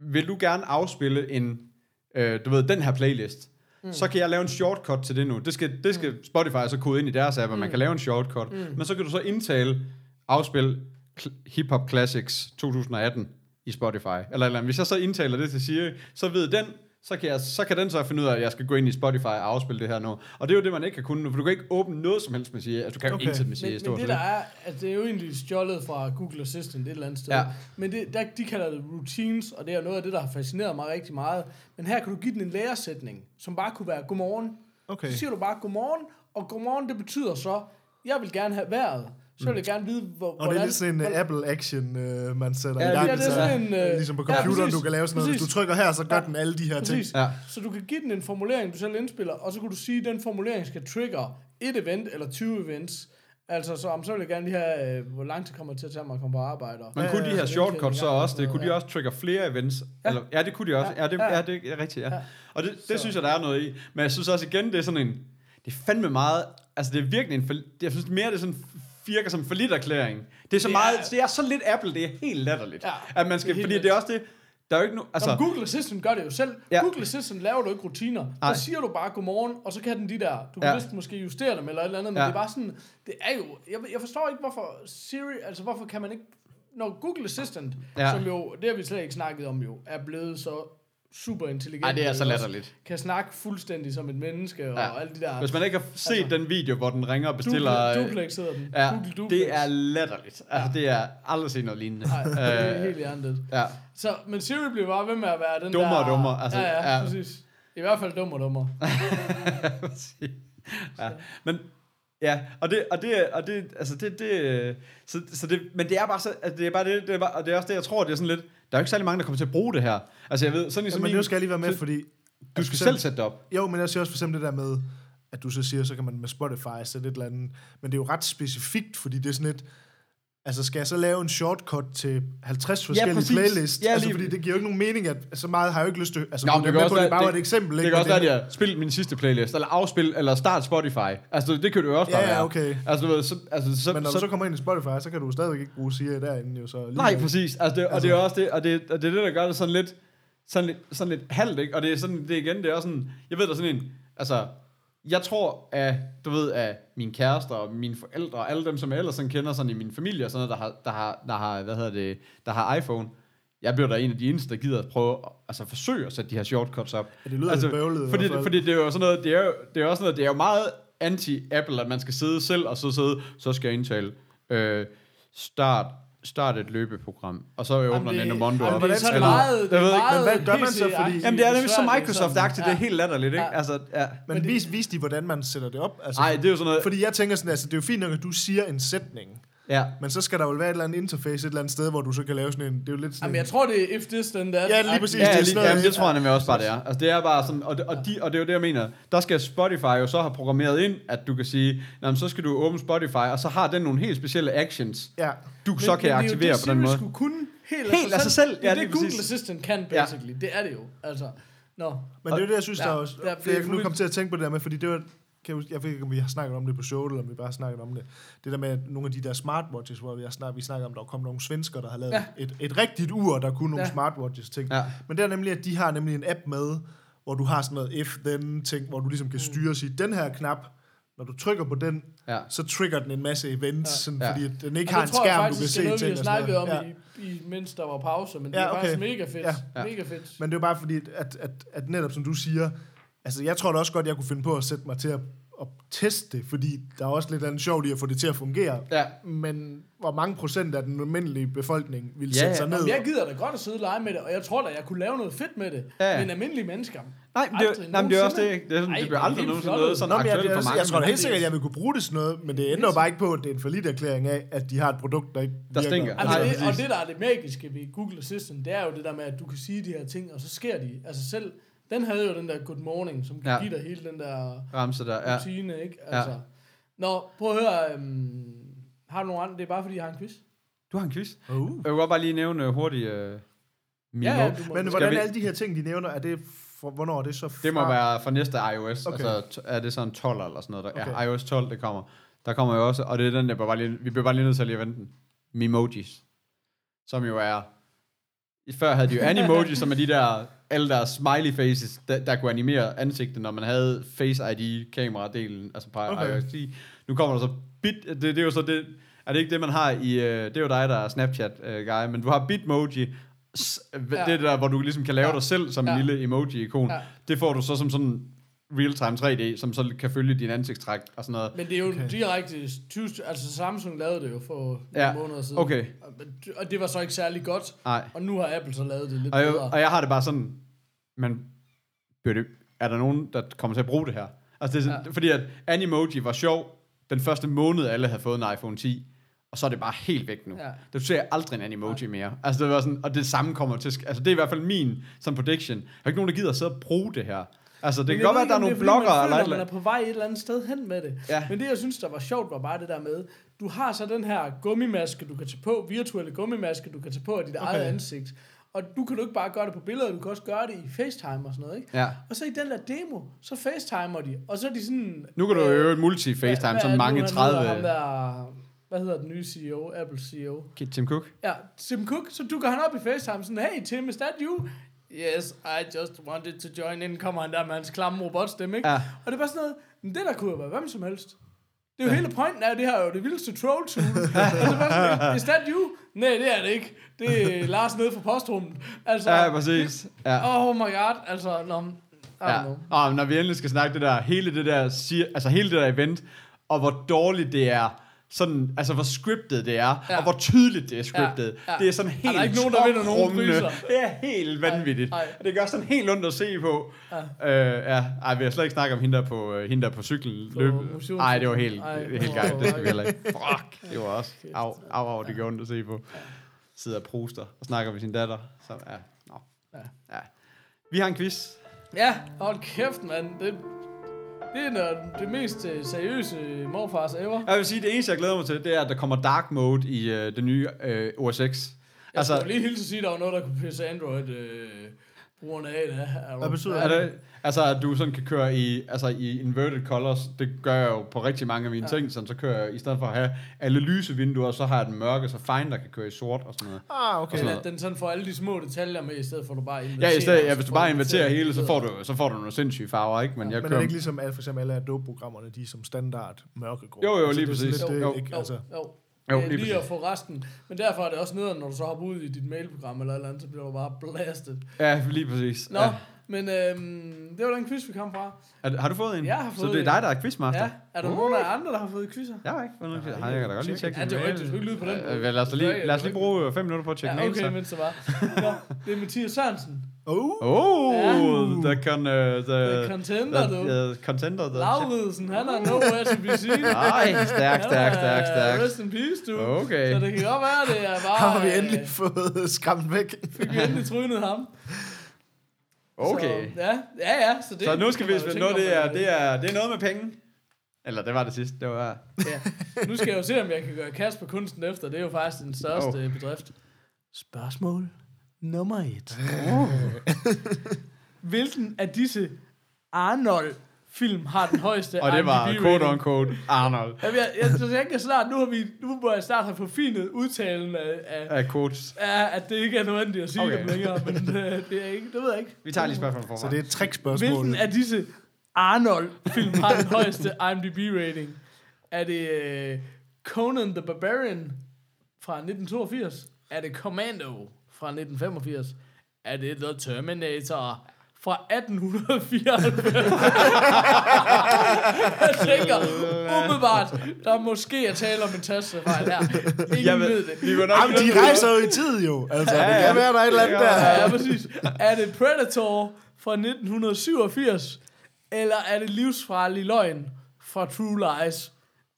vil du gerne afspille en, øh, du ved, den her playlist, mm. så kan jeg lave en shortcut til det nu. Det skal, det skal Spotify så kode ind i deres app, at man kan lave en shortcut. Mm. Men så kan du så indtale, afspil kl- Hip Hop Classics 2018 i Spotify. Eller, et eller andet. hvis jeg så indtaler det til Siri, så ved den, så kan, jeg, så kan den så finde ud af, at jeg skal gå ind i Spotify og afspille det her nu. Og det er jo det, man ikke kan kunne nu, for du kan ikke åbne noget som helst med Siri. Altså, du kan jo
Okay.
okay. intet med Siri.
Men, men
stort
det
set.
der er, at det er jo egentlig stjålet fra Google Assistant et eller andet sted.
Ja.
Men det, der, de kalder det routines, og det er noget af det, der har fascineret mig rigtig meget. Men her kan du give den en læresætning, som bare kunne være godmorgen.
Okay.
Så siger du bare godmorgen, og godmorgen det betyder så, jeg vil gerne have vejret. Så
Mm.
vil jeg gerne vide, hvor,
Og det er lidt sådan en uh, Apple Action, uh, man sætter
Ja,
i gang.
det er
så,
sådan en, øh,
ligesom på
ja,
computeren,
præcis,
du kan lave sådan noget. Hvis
præcis.
du trykker her, så gør
Ja.
den alle de her ting.
Præcis.
Ja.
Så du kan give den en formulering, du selv indspiller, og så kan du sige, at den formulering skal trigger et event eller 20 events. Altså, så, om, så vil jeg gerne lige have, øh, hvor lang tid kommer det til at tage mig at komme på arbejde. og-
Men kunne de
ja,
her
ja.
shortcuts så også, det kunne de
Ja.
også trigger flere events? Ja, eller, ja det kunne de også. Ja, det, ja, det er rigtigt, ja. Og det, det synes jeg, der er noget i. Men jeg synes også igen, det er sådan en, det er fandme meget, altså det er virkelig en, for, jeg synes mere, det er sådan virker som en forlitterklæring. Det er så
Det er-
meget, det er så lidt Apple, det er helt latterligt.
Ja,
at man skal,
det er helt
fordi det er også det, der er jo ikke no, altså,
Altså, Google Assistant gør det jo selv. Ja.
Ja.
Google Assistant laver du ikke rutiner.
Nej.
Der siger du bare godmorgen, og så kan den de der. Du kan ja.
Ja.
vist måske justere dem eller et eller andet, men ja.
Ja.
det er bare sådan, det er jo, jeg, jeg forstår ikke, hvorfor Siri, altså hvorfor kan man ikke, når Google Assistant, ja.
Ja.
som jo, det har vi slet ikke snakket om jo, er blevet så super intelligent.
Ej, det er så
og også
latterligt.
Kan snakke fuldstændig som et menneske og
Ja.
ja. alt det der.
Hvis man ikke har set altså, den video, hvor den ringer og bestiller... øh,
Duplex, duplex hedder den.
Ja,
Google duplex.
det er latterligt. Altså, det er aldrig set noget lignende.
Nej, det er
Øh,
helt hjernet.
Ja.
Så, men Siri bliver bare ved med at være den
Dummere
der...
og dummere, altså,
ja, ja,
ja.
ja, præcis. I hvert fald dummere og dummere.
ja. Men ja, og det og det og det altså det det øh, så, så det men det er bare så altså, det er bare det, det er bare, og det er også det jeg tror det er sådan lidt der er jo ikke særlig mange der kommer til at bruge det her. Altså jeg ved sådan
Ja,
ligesom
men
min-
nu skal jeg lige være med,
så-
fordi...
du skal selv sætte det op.
Jo, men jeg siger også for eksempel det der med, at du så siger, så kan man med Spotify sætte et eller andet. Men det er jo ret specifikt, fordi det er sådan et... Altså, skal jeg så lave en shortcut til 50 forskellige
præcis.
playlists?
Ja,
altså,
lige-
fordi det giver jo ikke nogen mening, at så meget har jeg jo ikke lyst til... Altså,
Nå, men
det,
det, kan
det,
også
det
være,
er bare et eksempel,
det,
ikke?
kan også
Men
være, at jeg spil min sidste playlist, eller afspil, eller start Spotify. Altså, det kan du jo også
Ja,
bare
ja,
være.
okay.
Altså, du ved, så, altså, så,
Men når
så,
du så kommer ind i Spotify, så kan du stadigvæk ikke bruge Siri derinde jo så. alligevel.
Nej, præcis. Altså det, og det er også det, og det, og det er det, der gør det sådan lidt, sådan lidt, sådan lidt halvt, ikke? Og det er sådan, det er igen, det er også sådan, jeg ved der er sådan en, altså, jeg tror, at, du ved, at min kærester og mine forældre og alle dem, som jeg ellers sådan kender sådan i min familie og sådan noget, der har, der har, der har hvad hedder det, der har iPhone, jeg bliver da en af de eneste, der gider at prøve, at- altså forsøge at sætte de her shortcuts op.
Ja, det lyder
altså,
lidt bøvlet i
fordi,
hvert fald.
fordi det er jo sådan noget, det er jo, det er også sådan noget, det er jo meget anti-Apple, at man skal sidde selv, og så sidde, så skal jeg indtale, øh, start, start et løbeprogram, og så åbner
det-
Nendo Mondo
jamen,
op.
det er
så
Eller-
meget-
Jeg
det er
ved ikke,
meget
Men hvad gør man så, fordi...
PC-agtigt.
Jamen, det er nemlig så
svært, det er sådan.
Microsoft-agtigt, det er
Ja.
helt latterligt, ikke?
Ja.
Altså, ja.
Men vis, vis de, hvordan man sætter det op. Altså,
Ej, det er jo sådan noget,
Fordi jeg tænker sådan, altså, det er jo fint nok, at du siger en sætning,
ja.
men så skal der jo være et eller andet interface et eller andet sted, hvor du så kan lave sådan en... Det er jo lidt sådan
Jamen,
en,
jeg tror, det er if this, then that.
Ja, lige præcis.
Ja,
det er
lige,
sådan noget-
jamen, det tror jeg nemlig også bare, det er. Altså, det er bare sådan, og, det- og, de, og det er jo det, jeg mener. Der skal Spotify jo så have programmeret ind, at du kan sige, "Nå, men så skal du åbne Spotify, og så har den nogle helt specielle actions,
Ja.
du så kan aktivere på den måde.
skulle kunne helt,
Helt af sig selv.
Det
Ja,
er
lige
det,
præcis.
Google Assistant kan,
Ja.
basically. Det er det jo. Altså, nå.
Men det er jo det, jeg synes,
Ja,
der er også...
der er
for jeg kan nu
flere-
komme til at tænke på det der med, fordi det var... Kan jeg, huske- jeg ved ikke, om vi har snakket om det på showet, eller om vi bare har snakket om det. Det der med at nogle af de der smartwatches, hvor vi, har snak, vi snakker om, der kom nogle svensker, der har lavet ja.
Ja.
et, et rigtigt ur, der kunne nogle ja.
Ja.
smartwatches ting.
Ja.
Men det er nemlig, at de har nemlig en app med, hvor du har sådan noget if then ting, hvor du ligesom kan
Mm.
styre og sige, den her knap, når du trykker på den,
Ja.
så trigger den en masse events, ja. sådan,
Ja.
fordi at den ikke
Og
har en
det tror jeg
skærm, du
faktisk,
kan
det er
se
noget, vi
ting
har
og sådan
snakket om,
noget. Ja.
i, i, mens der var pause, men det
Ja,
er faktisk
okay.
mega fedt.
Ja.
Ja.
Mega fedt.
Men det er jo bare fordi, at, at, at netop som du siger, altså jeg tror da også godt, jeg kunne finde på at sætte mig til at, at teste det, fordi der er også lidt andet sjovt i at få det til at fungere.
Ja.
Men hvor mange procent af den almindelige befolkning vil ja,
Ja, ja.
sætte sig
Nå,
ned?
Jamen, jeg gider da godt at sidde og lege med det, og jeg tror da, jeg kunne lave noget fedt med det.
Ja, ja.
Men almindelige mennesker.
Nej, men det, er jo-
aldrig
nej, men det er også det,
nogensinde.
ikke? det, er sådan,
Ej,
det bliver
det er
aldrig
helt
nogensinde
fjollet.
noget sådan
Nå, men jeg,
aktuelt for
jeg,
mange.
jeg tror da
men-
helt sikkert, at jeg vil kunne bruge det sådan noget, men det ændrer jo bare ikke på, at det er en forlit erklæring af, at de har et produkt, der ikke
Der
virker.
stinker.
Altså,
Nej,
det, og
præcis.
det, der er det magiske ved Google Assistant, det er jo det der med, at du kan sige de her ting, og så sker de. Altså selv, den havde jo den der good morning, som kan
Ja.
ja. give dig hele den der
Ramse der, ja.
rutine, ikke? Altså, ja. Nå, prøv at høre, øhm, har du nogen andre? Det er bare, fordi jeg har en quiz.
Du har en quiz.
Uh.
Jeg vil godt bare lige nævne øh, hurtigt øh, min
Ja,
ja,
ja, du må-
Men
Skal
hvordan
vi-
alle de her ting, de nævner, er det for, hvornår er det så fra?
Det må være fra næste iOS.
Okay.
Okay. Altså, t- er det sådan 12 eller sådan noget? Der,
Okay.
Ja, iOS 12, det kommer. Der kommer jo også, og det er den, jeg bliver bare lige, vi bliver bare lige nødt til at lige vente den. Memojis. Som jo er... i- Før havde de jo animojis, som er de der, alle der smiley faces, der, der kunne animere ansigtet, når man havde Face ID-kamera-delen, altså på
Okay.
okay. iOS 10. Nu kommer der så bit... Det, det er jo så det... Er det ikke det, man har i... Øh, det er jo dig, der er Snapchat-guy, men du har Bitmoji, s- det er
Ja.
det der, hvor du ligesom kan lave
Ja.
dig selv som en
Ja.
lille emoji-ikon.
Ja.
Det får du så som sådan real-time 3D, som så kan følge din ansigtstræk og sådan noget.
Men det er jo okay. direkte, 20, altså Samsung lavede det jo for nogle
Ja,
måneder siden.
okay.
Og- Og det var så ikke særlig godt.
Nej.
Og nu har Apple så lavet det lidt
Og jeg,
bedre.
og jeg har det bare sådan, men bliver det, er der nogen, der kommer til at bruge det her? Altså det er sådan, ja. fordi at Animoji var sjov den første måned, alle havde fået en iPhone 10, og så er det bare helt væk nu.
Ja.
Ja. Du ser aldrig en Animoji mere. Altså det var sådan, og det samme kommer til, at sk- altså det er i hvert fald min som prediction. Der er ikke nogen, der gider at sidde og bruge det her. Altså det
Men
kan
jeg
godt
ved
være, at der er nogle
ikke, om det
blogger
fordi,
eller et
man
eller
føler, man er på vej
andet.
et eller andet sted hen med det.
Ja.
Men det, jeg synes, der var sjovt, var bare det der med, du har så den her gummimaske, du kan tage på, virtuelle gummimaske, du kan tage på af dit okay. eget ansigt. Og du kan du ikke bare gøre det på billeder, du kan også gøre det i FaceTime og sådan noget, ikke?
Ja.
Og så i den der demo, så FaceTimer de, og så er de sådan...
Nu kan du jo øve et multi-facetime, som mange 30...
Der, hvad hedder den nye E CEO, Apple CEO?
Tim Cook?
Ja, Tim Cook, så dukker han op i FaceTime sådan, hey Tim, is that you? Yes, I just wanted to join in. Kommer han der med hans klamme robotstemme, ikke?
Ja.
Og det var sådan noget, men det der kunne jo være hvem som helst. Det er jo ja. hele pointen af, det her er jo det vildeste troll tool. altså, hvad sådan, is that you? Nej, det er det ikke. Det er Lars nede fra postrummet. Altså,
Ja, præcis. Ja.
oh my god, altså, nå, men, I
Ja.
don't know.
Og når vi endelig skal snakke det der, hele det der, cir- altså hele det der event, og hvor dårligt det er, sådan, altså hvor scriptet det er,
Ja.
og hvor tydeligt det er scriptet.
Ja. Ja.
Det er sådan
Er
helt
der ikke nogen, der vinder nogen
toprummende.
priser?
Det er helt vanvittigt.
Ej,
Ej,
ej.
ej. Det gør sådan helt ondt at se på.
Ja.
Ja. Øh, ja. Ej, vi har slet ikke snakket om hende der på, øh, hende der på cyklen. Løb.
motionscyklen.
Ej, det var helt,
Ej,
ej,
åh,
helt gejt. Det skal
ej.
vi heller ikke. Fuck, det var også. Au, au, au, det gør ondt at se på. Sidder og proster og snakker med sin datter. Så, ja. Nå. ja. Vi har en quiz.
Ja, hold kæft, mand. Det, det er noget, det mest øh, seriøse morfars ever.
Jeg vil sige, det eneste, jeg glæder mig til, det er, at der kommer dark mode i øh, den nye øh, OS X.
Jeg
Altså,
skulle lige hilse at sige, at der var noget, der kunne pisse Android øh, brugerne af. Da.
Hvad betyder
er det, altså, at du sådan kan køre i, altså, i inverted colors, det gør jeg jo på rigtig mange af mine ja. ting, sådan, så kører jeg, i stedet for at have alle lyse vinduer, så har jeg den mørke, så Finder kan køre i sort og sådan noget.
Ah, okay.
Eller Altså, at den sådan får alle de små detaljer med, i stedet for at du bare inviterer.
Ja, i stedet, ja,
og
hvis
så
du
får
bare inviterer hele, så får
inviteret.
du, så får du nogle sindssyge farver, ikke? Men
Men
jeg
er det
kører...
ikke ligesom, at for eksempel alle Adobe-programmerne, de er som standard mørkegrå? Altså,
Jo, jo, lige
det er sådan
præcis.
lidt
Jo,
det, ikke?
Jo,
Altså,
jo.
Jo,
Det er
lige
lige at
præcis.
få resten. Men derfor er det også nederen, når du så hopper ud i dit mailprogram eller et eller andet, så bliver du bare blastet.
Ja, lige præcis.
Nå,
Ja.
ja. men øhm, det var den quiz, vi kom fra.
Er, har du fået en?
Jeg har
så
fået
det er
en.
dig, der er quizmaster?
Ja, er
Uh.
der nogen af jer andre, der har fået quizzer?
Jeg har ikke fået nogen quiz. Har jeg kan da godt lige tjekke.
Ja, det er
min
jo
mail.
rigtigt. Du skal ikke lyde på den.
Øh, Lad os, da lige, lad os lige bruge øh, fem minutter på at tjekke
Ja,
mail, så.
okay, mens det var. Nå, det er Mathias Sørensen.
oh,
Oh,
Ja.
the con... Uh, the,
The contender,
the,
du.
the contender, the...
Lauridsen, han er nowhere to be seen.
Nej, stærk,
Han
stærk,
er
stærk, stærk.
Rest in peace, du.
Okay.
Så det kan godt være, det er bare...
har vi endelig
øh,
fået skræmt væk.
Fik vi endelig trynet ham.
Okay.
Så, ja, ja, ja. Så, det
Så nu skal vi
kan man jo
spille...
tænke
Nu, det
om,
er,
øh,
det, er, det er noget med penge. Eller det var det sidste, det var...
Ja. Nu skal jeg jo se, om jeg kan gøre kast på kunsten efter. Det er jo faktisk den største
Oh.
oh. bedrift. Spørgsmål nummer et. Hvilken af disse Arnold-film har den højeste
Og det var
IMDb
quote
rating?
on quote Arnold
Jamen, jeg, jeg, jeg tænker snart, nu, har vi, nu må jeg snart have forfinet udtalen af, af,
af quotes.
af at det ikke er nødvendigt at sige okay.
Okay.
dem længere, men øh, det, er ikke, det ved jeg ikke.
Vi tager lige spørgsmålet forfra.
Så det er et trickspørgsmål.
Hvilken af disse Arnold-film har den højeste IMDb-rating? Er det øh, Conan the Barbarian fra 1982? Er det Commando fra 1985? Er det The Terminator fra 1894? Jeg tænker umiddelbart, der måske er tale om en tastefejl her. Ingen
Jeg
Jeg
ved-
ved det.
Vi var nok
Jamen, de rejser jo i tid, jo. Altså, det kan være, der er et eller andet
Ja, ja,
der.
Ja, ja, præcis. Er det Predator fra 1987, eller er det livsfarlig løgn fra True Lies?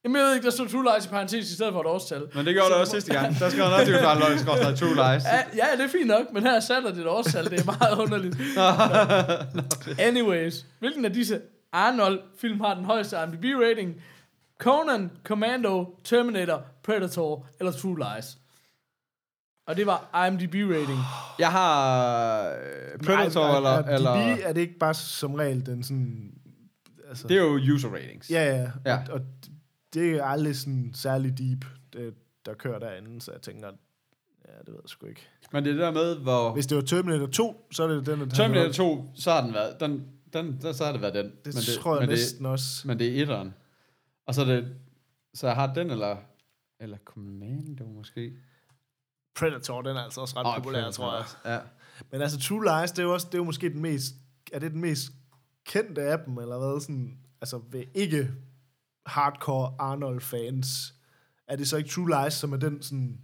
Jamen, jeg ved ikke, der stod True Lies i parentes i stedet for et årstal.
Men det gjorde det også sidste gang. Der skal han også fra Løg, skrås der True Lies.
Ja, ja, det er fint nok, men her satte det et årstal. Det er meget underligt. Nå. Anyways, hvilken af disse Arnold-film har den højeste IMDb-rating? Conan, Commando, Terminator, Predator eller True Lies? Og det var IMDb-rating.
Jeg har øh, Predator
Nej,
eller...
er- er- DB
eller
er det ikke bare som regel den sådan... Altså,
det er jo user ratings.
ja, ja.
Ja.
Og, og det er aldrig sådan særlig deep, det, der kører derinde, så jeg tænker, ja, det ved jeg sgu ikke.
Men det er det der med, hvor...
Hvis det var Terminator 2, så er det den, der...
Terminator 2, så har den været... Den, den, der, så har det været den.
Det, det tror jeg
men det,
næsten også.
Men det er etteren. Og så er det... Så jeg har den, eller... Eller Commando, måske.
Predator, den er altså også ret
Åh,
oh, populær,
Predator
tror jeg.
også. Ja.
Men altså, True Lies, det er jo, også, det er jo måske den mest... Er det den mest kendte af dem, eller hvad? Sådan, altså, ved ikke hardcore Arnold-fans, er det så ikke True Lies, som er den sådan...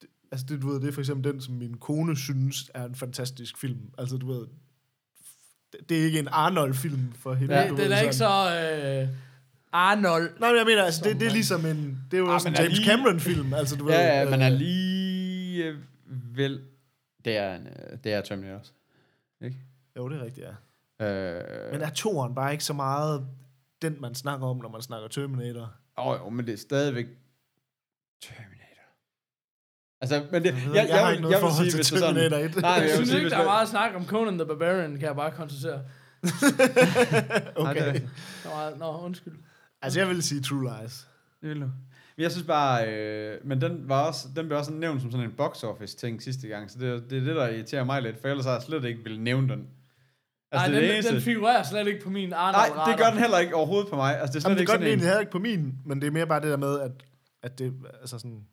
det- Altså, det, du ved, det er for eksempel den, som min kone synes er en fantastisk film. Altså, du ved... det- Det er ikke en Arnold-film for hende.
Ja,
Ah, du
den
ved,
er ikke
sådan.
så... Øh, Arnold.
Nej, men jeg mener, altså, det, det er ligesom en... Det er jo
Ah,
ah, sådan
men
en
er
James
lige-
Cameron-film, altså, du ved...
Ja, ja,
øh,
men alligevel... Det er, en, øh, det er Terminator også. Ikke?
Jo, det er rigtigt, ja.
Øh,
Men er toeren bare ikke så meget den, man snakker om, når man snakker Terminator?
åh, jo, men det er stadigvæk Terminator. Altså, men det... Jeg,
ved
jeg,
ikke,
jeg,
jeg har
vil-
ikke
jeg,
noget
vil
forhold
sige,
til
hvis det er sådan...
Terminator et.
Nej, men
Jeg,
jeg vil
synes
sige,
ikke,
hvis
der er
det-
meget snak om Conan the Barbarian, kan jeg bare konstatere.
Nej, det er-
Okay.
Der var, nå, undskyld.
Altså, jeg vil sige True Lies.
Det vil du. Men Jeg synes bare, øh, men den, var også, den blev også nævnt som sådan en box office ting sidste gang, så det, det er det, der irriterer mig lidt, for ellers har jeg slet ikke ville nævne den.
Nej,
Altså, det er det
den, den
eneste.
figurerer slet ikke på min
Nej,
Arnold
det gør den heller ikke overhovedet på mig. Altså, det er slet
Jamen, det
ikke
gør den
sådan en...
egentlig heller ikke på min, men det er mere bare det der med, at, at det, altså sådan,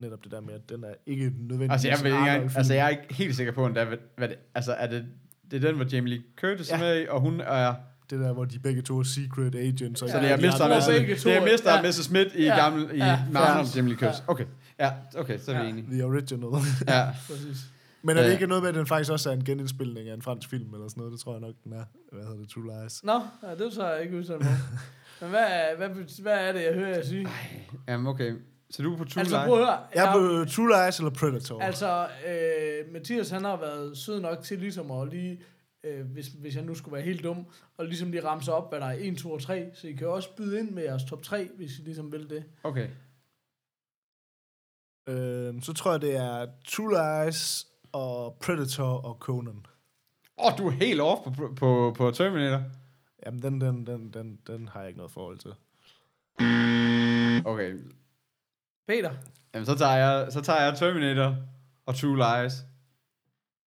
netop det der med, at den er ikke nødvendigvis
Altså, jeg, ved ikke engang,
Arnold-film.
altså, jeg er ikke helt sikker på, endda, hvad, hvad det, altså, er det, det er den, hvor Jamie Lee Curtis ja. er
Ja.
med i, og hun er...
Det der, hvor de begge to er secret agents. og
Så
jeg
det
er
er
de
Mr.
andre-
og
Mr.
Mrs. Det er
Begge to,
Mr. og
ja.
Mrs. Smith i
Ja.
gammel... I
Ja.
med Arnold og Jamie Lee
Ja.
Curtis. Okay, ja, okay, så er vi enige.
The original.
Ja.
Præcis.
men er det
Ja.
ikke noget med, at den faktisk også er en genindspilning af en fransk film, eller sådan noget? Det tror jeg nok, den er. Hvad hedder det? True Lies.
Nå, ja, det så jeg ikke udsat mig. Men hvad, er- hvad, bet- hvad er det, jeg hører jer sige?
Jamen, okay. Så du er på True
altså,
Lie?
prøv at høre.
Jeg er på True Lies eller Predator.
Altså, øh, Mathias han har været sød nok til ligesom at lige, øh, hvis, hvis jeg nu skulle være helt dum, og ligesom lige ramse op, hvad der er 1, 2 og 3. Så I kan jo også byde ind med jeres top 3, hvis I ligesom vil det.
Okay.
Øhm, så tror jeg, det er True Lies og Predator og Conan.
Åh, oh, du er helt off på, på, på Terminator.
Jamen, den, den, den, den, den har jeg ikke noget forhold til.
Okay,
Peter?
Jamen, så tager, jeg, så tager jeg Terminator og True Lies.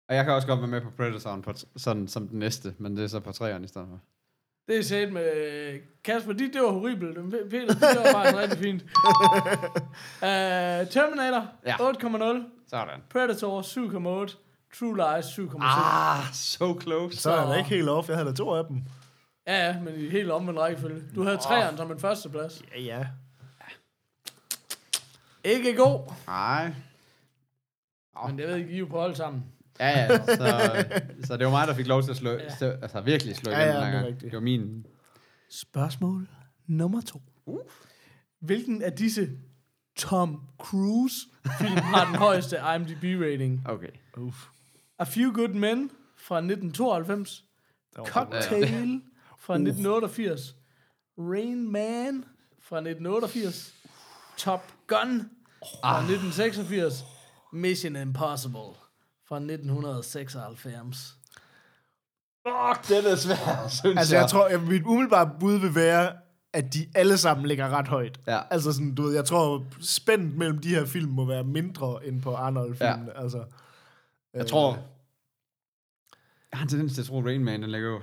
Og jeg kan også godt være med på Predatoren på, t- sådan, som den næste, men det er så på træerne i stedet for.
Det er set med... Kasper, dit, det var horribelt. Men Pe- Peter, dit, det var faktisk rigtig fint. Uh, Terminator,
Ja.
ja. 8,0.
Sådan.
Predator, 7,8. True Lies, 7,7. Ah.
Ah, so close.
Så er jeg da ikke helt off. Jeg havde da to af dem.
Ja, ja, men i helt omvendt rækkefølge. Du havde 3'eren som en førsteplads.
Ja, ja.
Ikke god,
Nej.
men jeg ved ikke, I er jo på hold sammen.
Ja, ja, så, så det var mig, der fik lov til at slå,
Ja.
ja. altså virkelig slå
Ja,
igen ja,
ja,
ja, den
det er
her gang.
rigtigt.
Det var min.
Spørgsmål nummer to. Uh. Hvilken af disse Tom Cruise-film har den højeste IMDb-rating?
Okay.
Uff.
A Few Good Men fra 1992,
Der var
Øh, Cocktail fra 1988, Rain Man fra 1988, Top Gun fra 1986, Mission Impossible fra 1996.
Fuck, det er svært, synes
Altså, jeg tror, at mit umiddelbare bud vil være, at de alle sammen ligger ret højt.
Ja.
Altså sådan, du ved, jeg tror, spændt mellem de her film må være mindre end på Arnold-filmen. Ja. Altså,
Jeg tror... Jeg har en tendens til at tro, at Rain Man, den ligger jo...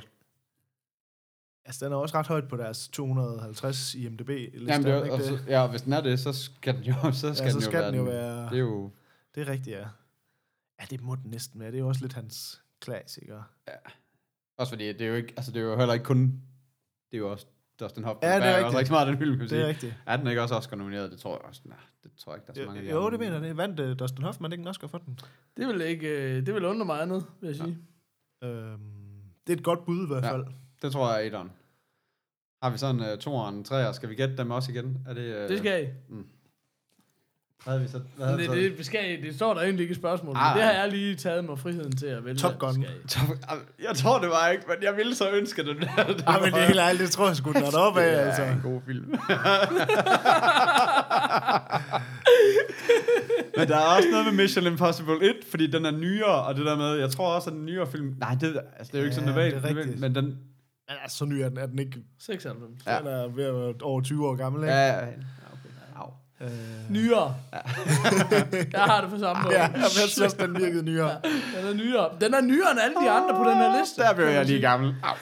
altså, den er også ret højt på deres 250 imdb -liste,
Jamen, det
ikke
er, og så, ja, og hvis den er det, så skal den jo, så skal,
ja, så
den, jo
skal
være
den jo være...
Det er jo...
Det er rigtigt, ja. Ja, det må den næsten være. Det er jo også lidt hans klassiker.
Også fordi, det er jo, ikke, altså, det er jo heller ikke kun... Det er jo også Dustin Hoffman.
Ja, det er
Der
rigtigt.
også rigtig meget af den film, kan man
Det er
sige.
rigtigt.
Er den ikke også Oscar nomineret? Det tror jeg også. Nej, det tror jeg ikke, der er så Altså, mange af de
Jo,
andre.
det mener jeg. Det vandt uh, Dustin Hoffman ikke en Oscar for den.
Det vil, ikke, øh, det vil undre mig andet, vil jeg sige.
Øhm, det er et godt bud i hvert
Ja. Ah.
fald.
Det tror jeg er etteren. Har vi sådan uh, toeren, treer? Skal vi gætte dem også igen? Er det, uh,
Det skal I.
Hvad havde vi så? Hvad
Men Det,
havde vi så?
det, det, skal I, det står der egentlig ikke i spørgsmålet.
Ej.
men Det har jeg lige taget mig friheden til at vælge.
Top
at
Gun.
det skal I.
Jeg tror det var ikke, men jeg ville så ønske den der.
Ja, men det er helt ærligt, det tror jeg sgu, den er deroppe af, altså.
en god film. Men der er også noget med Mission Impossible 1, fordi den er nyere, og det der med, jeg tror også, at den nyere film... Nej, det, altså, det er jo ikke
Ja,
sådan normalt,
det er rigtigt.
men den...
Men altså, så ny er den, er den ikke.
96.
Ja.
Ja. Den er ved at være over 20 år gammel, ikke?
Ja, ja, ja. okay. Au.
Øh,
Nyere. jeg har det på samme måde.
ja, jeg synes også, den virkede nyere.
Den er nyere. Den er nyere end alle de andre på den her liste.
Der blev jeg lige gammel. Au.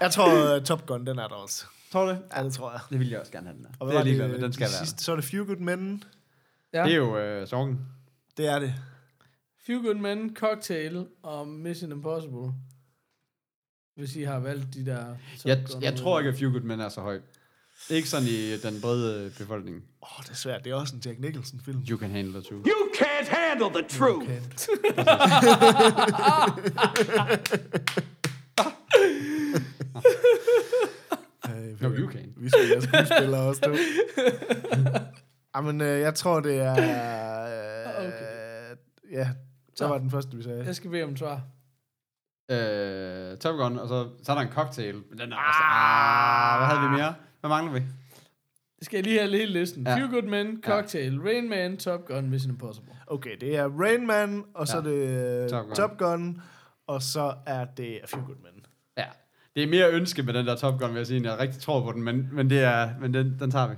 Jeg tror, uh, Top Gun, den er der også.
Tror du det?
Ja, det tror jeg.
Det ville jeg også gerne have, den er.
Og
Det er
var
ligeglad med, den skal
de
være.
sidste? Så er det Few Good Men.
Ja.
Det er jo øh, sorgen.
Det er det.
Few Good Men, Cocktail og Mission Impossible. Hvis I har valgt de der... Top
Jeg,
Gun-
jeg tror ikke, at Few Good Men er så høj. Ikke sådan i den brede befolkning.
Åh, oh, det er svært. Det er også en Jack Nicholson-film.
You can handle the truth.
You can't handle the truth.
Okay. Hey,
No, you can.
Vi skal være skuespillere også, du. Jamen, øh, jeg tror, det er... Øh, okay. Ja, så var den første, vi sagde.
Jeg skal bede om et svar.
Øh, Top Gun, og så, så er der en cocktail. Men den er også... Ah, hvad havde vi mere? Hvad mangler vi?
Det skal jeg lige have hele listen.
Ja.
Ja. Few Good Men, Cocktail, Rain Man, Top Gun, Mission Impossible.
Okay, det er Rain Man, og så
Ja.
er det øh,
Top Gun.
Top Gun, og så er det A Few Good Men.
Ja. Det er mere ønske med den der Top Gun, vil jeg sige, end jeg rigtig tror på den, men, men, det er, men den, den tager vi.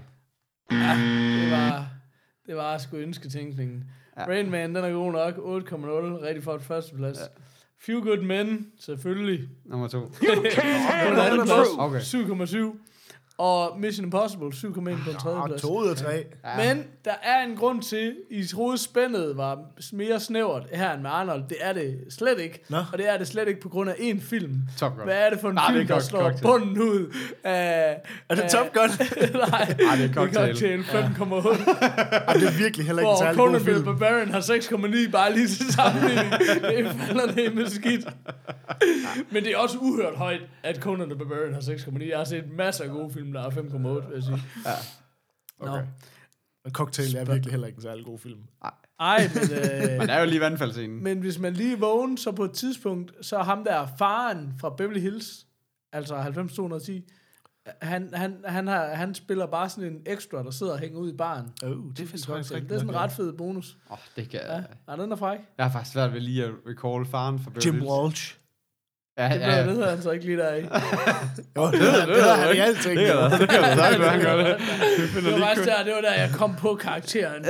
Det var, det var sgu ønsketænkningen. Ja. Rain Man, den er god nok. 8,0. Rigtig flot førsteplads. Ja. Few Good Men, selvfølgelig.
Nummer to.
Hvordan er
True.
det
Okay.
7,7. Og Mission Impossible 7,1 på en tredje
Ah,
plads.
to ud af tre.
Men der er en grund til, at hovedspændet var mere snævert her end med Arnold. Det er det slet ikke.
Nå.
Og det er det slet ikke på grund af én film.
Top Gun.
Hvad er det for en
Nej,
Nej,
det er
film, der
cock-
slår
cocktail.
bunden ud af...
Er det
af-
Top Gun?
Nej,
er
det er
Cocktail.
Cocktail 5,8.
Ej, det er virkelig heller ikke en
Hvor
særlig god
Conan the
film.
Barbarian har 6,9 bare lige til sammenligning. det falder det med skidt. Men det er også uhørt højt, at Conan the Barbarian har 6,9. Jeg har set masser af gode film, der er 5,8, vil jeg sige.
Okay.
Nå.
Cocktail er virkelig heller ikke en særlig god film.
Ej, men... Øh,
Men der er jo lige vandfaldsscenen.
Men hvis man lige er vågen, så på et tidspunkt, så er ham der faren fra Beverly Hills, altså 90210, han, han, han, har, han spiller bare sådan en ekstra, der sidder og hænger ud i baren.
Oh, det er
I
faktisk
cocktail. Det er sådan en ret fed bonus.
Åh, oh, det kan
Ja,
jeg.
ja den er fræk.
Jeg har faktisk svært ved lige at recall faren fra Beverly
Jim
Hills.
Walsh.
Ja,
Det,
ja,
ja,
ja.
det hedder han så ikke lige der i.
Jo, det hedder han i alting.
Det kan
jo.
da- det kan da sagt, hvad han gør det.
Det var faktisk der, det var der, jeg kom på karakteren.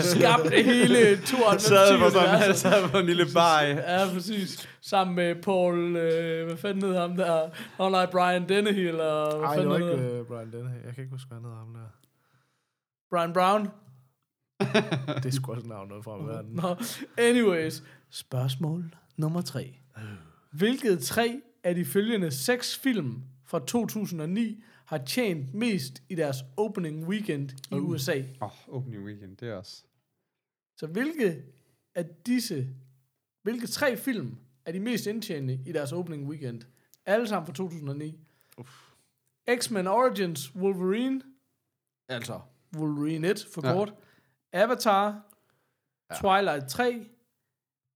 Skabte hele 92
Sad på
universet.
sådan, sad på en lille bar. i-
altså. Ja, præcis. Sammen med Paul, øh, hvad fanden hed ham der? Nå nej, Brian Dennehy, eller hvad
Ej, det
fanden
var
han hedder?
ikke uh, Brian Dennehy. Jeg kan ikke huske, hvad han hedder ham der. øh,
Brian Brown.
Det er sgu også et navn noget fra verden.
Nå, anyways. Spørgsmål nummer tre. Hvilket tre af de følgende seks film fra 2009 har tjent mest i deres opening weekend i USA?
Åh, oh, opening weekend, det er også...
Så hvilke af disse, hvilke tre film er de mest indtjenende i deres opening weekend? Alle sammen fra 2009. Uff. X-Men Origins Wolverine, altså Wolverine 1 for
Ja.
kort, Avatar, ja. Twilight 3,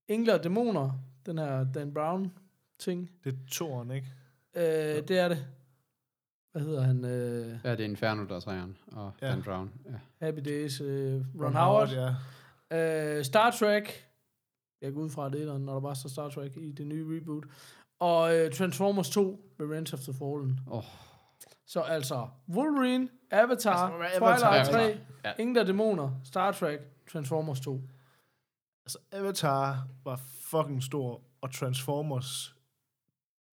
Engler og Dæmoner, den her Dan Brown ting.
Det er toren, ikke?
Øh, det er det. Hvad hedder han? Øh,
Ja, det er Inferno, der er træerne, og
Ja.
ja. Dan Brown. Ja.
Happy Days, øh, Ron, Ron Howard.
Ja.
Øh, Star Trek. Jeg går ud fra det, når der bare står Star Trek i det nye reboot. Og øh, Transformers 2, Revenge of the Fallen.
Åh.
Så altså, Wolverine, Avatar,
Altså,
altså,
Avatar.
Twilight 3,
Ja.
ja. Ingen der dæmoner, Star Trek, Transformers 2.
Altså, Avatar var fucking stor, og Transformers,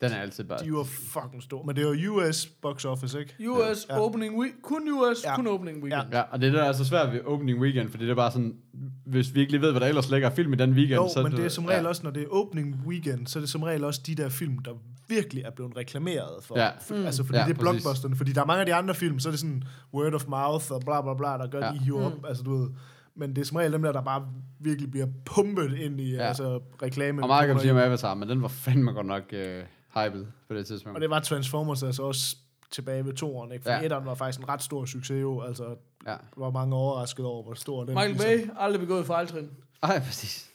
Den er altid bare...
de var fucking stor. Men det var US box office, ikke?
US
Ja.
ja. opening week, kun US,
Ja.
ja. kun opening weekend.
Ja, og det er det, der er så svært ved opening weekend, fordi det er bare sådan, hvis vi ikke lige ved, hvad der ellers ligger af film i den weekend,
Jo,
så...
men det er som regel
ja.
også, når det er opening weekend, så er det som regel også de der film, der virkelig er blevet reklameret for.
Ja.
Mm.
For, Altså, fordi
Ja,
det er
præcis.
blockbusterne. Fordi der er mange af de andre film, så er det sådan word of mouth og bla bla bla, der gør, ja.
Ja.
de hiver
Mm.
op. Altså, du ved. Men det er som regel dem der, der bare virkelig bliver pumpet ind i ja.
Ja.
altså, reklame.
Og meget kan man sige om Avatar, men den var fandme godt nok øh, hyped på det tidspunkt.
Og det var Transformers altså også tilbage ved toeren, ikke? For ja.
Ja.
etteren var faktisk en ret stor succes jo, altså
Ja.
der var mange overrasket over, hvor stor den ligesom-
Michael Bay, aldrig begået fejltrin.
Ej, præcis.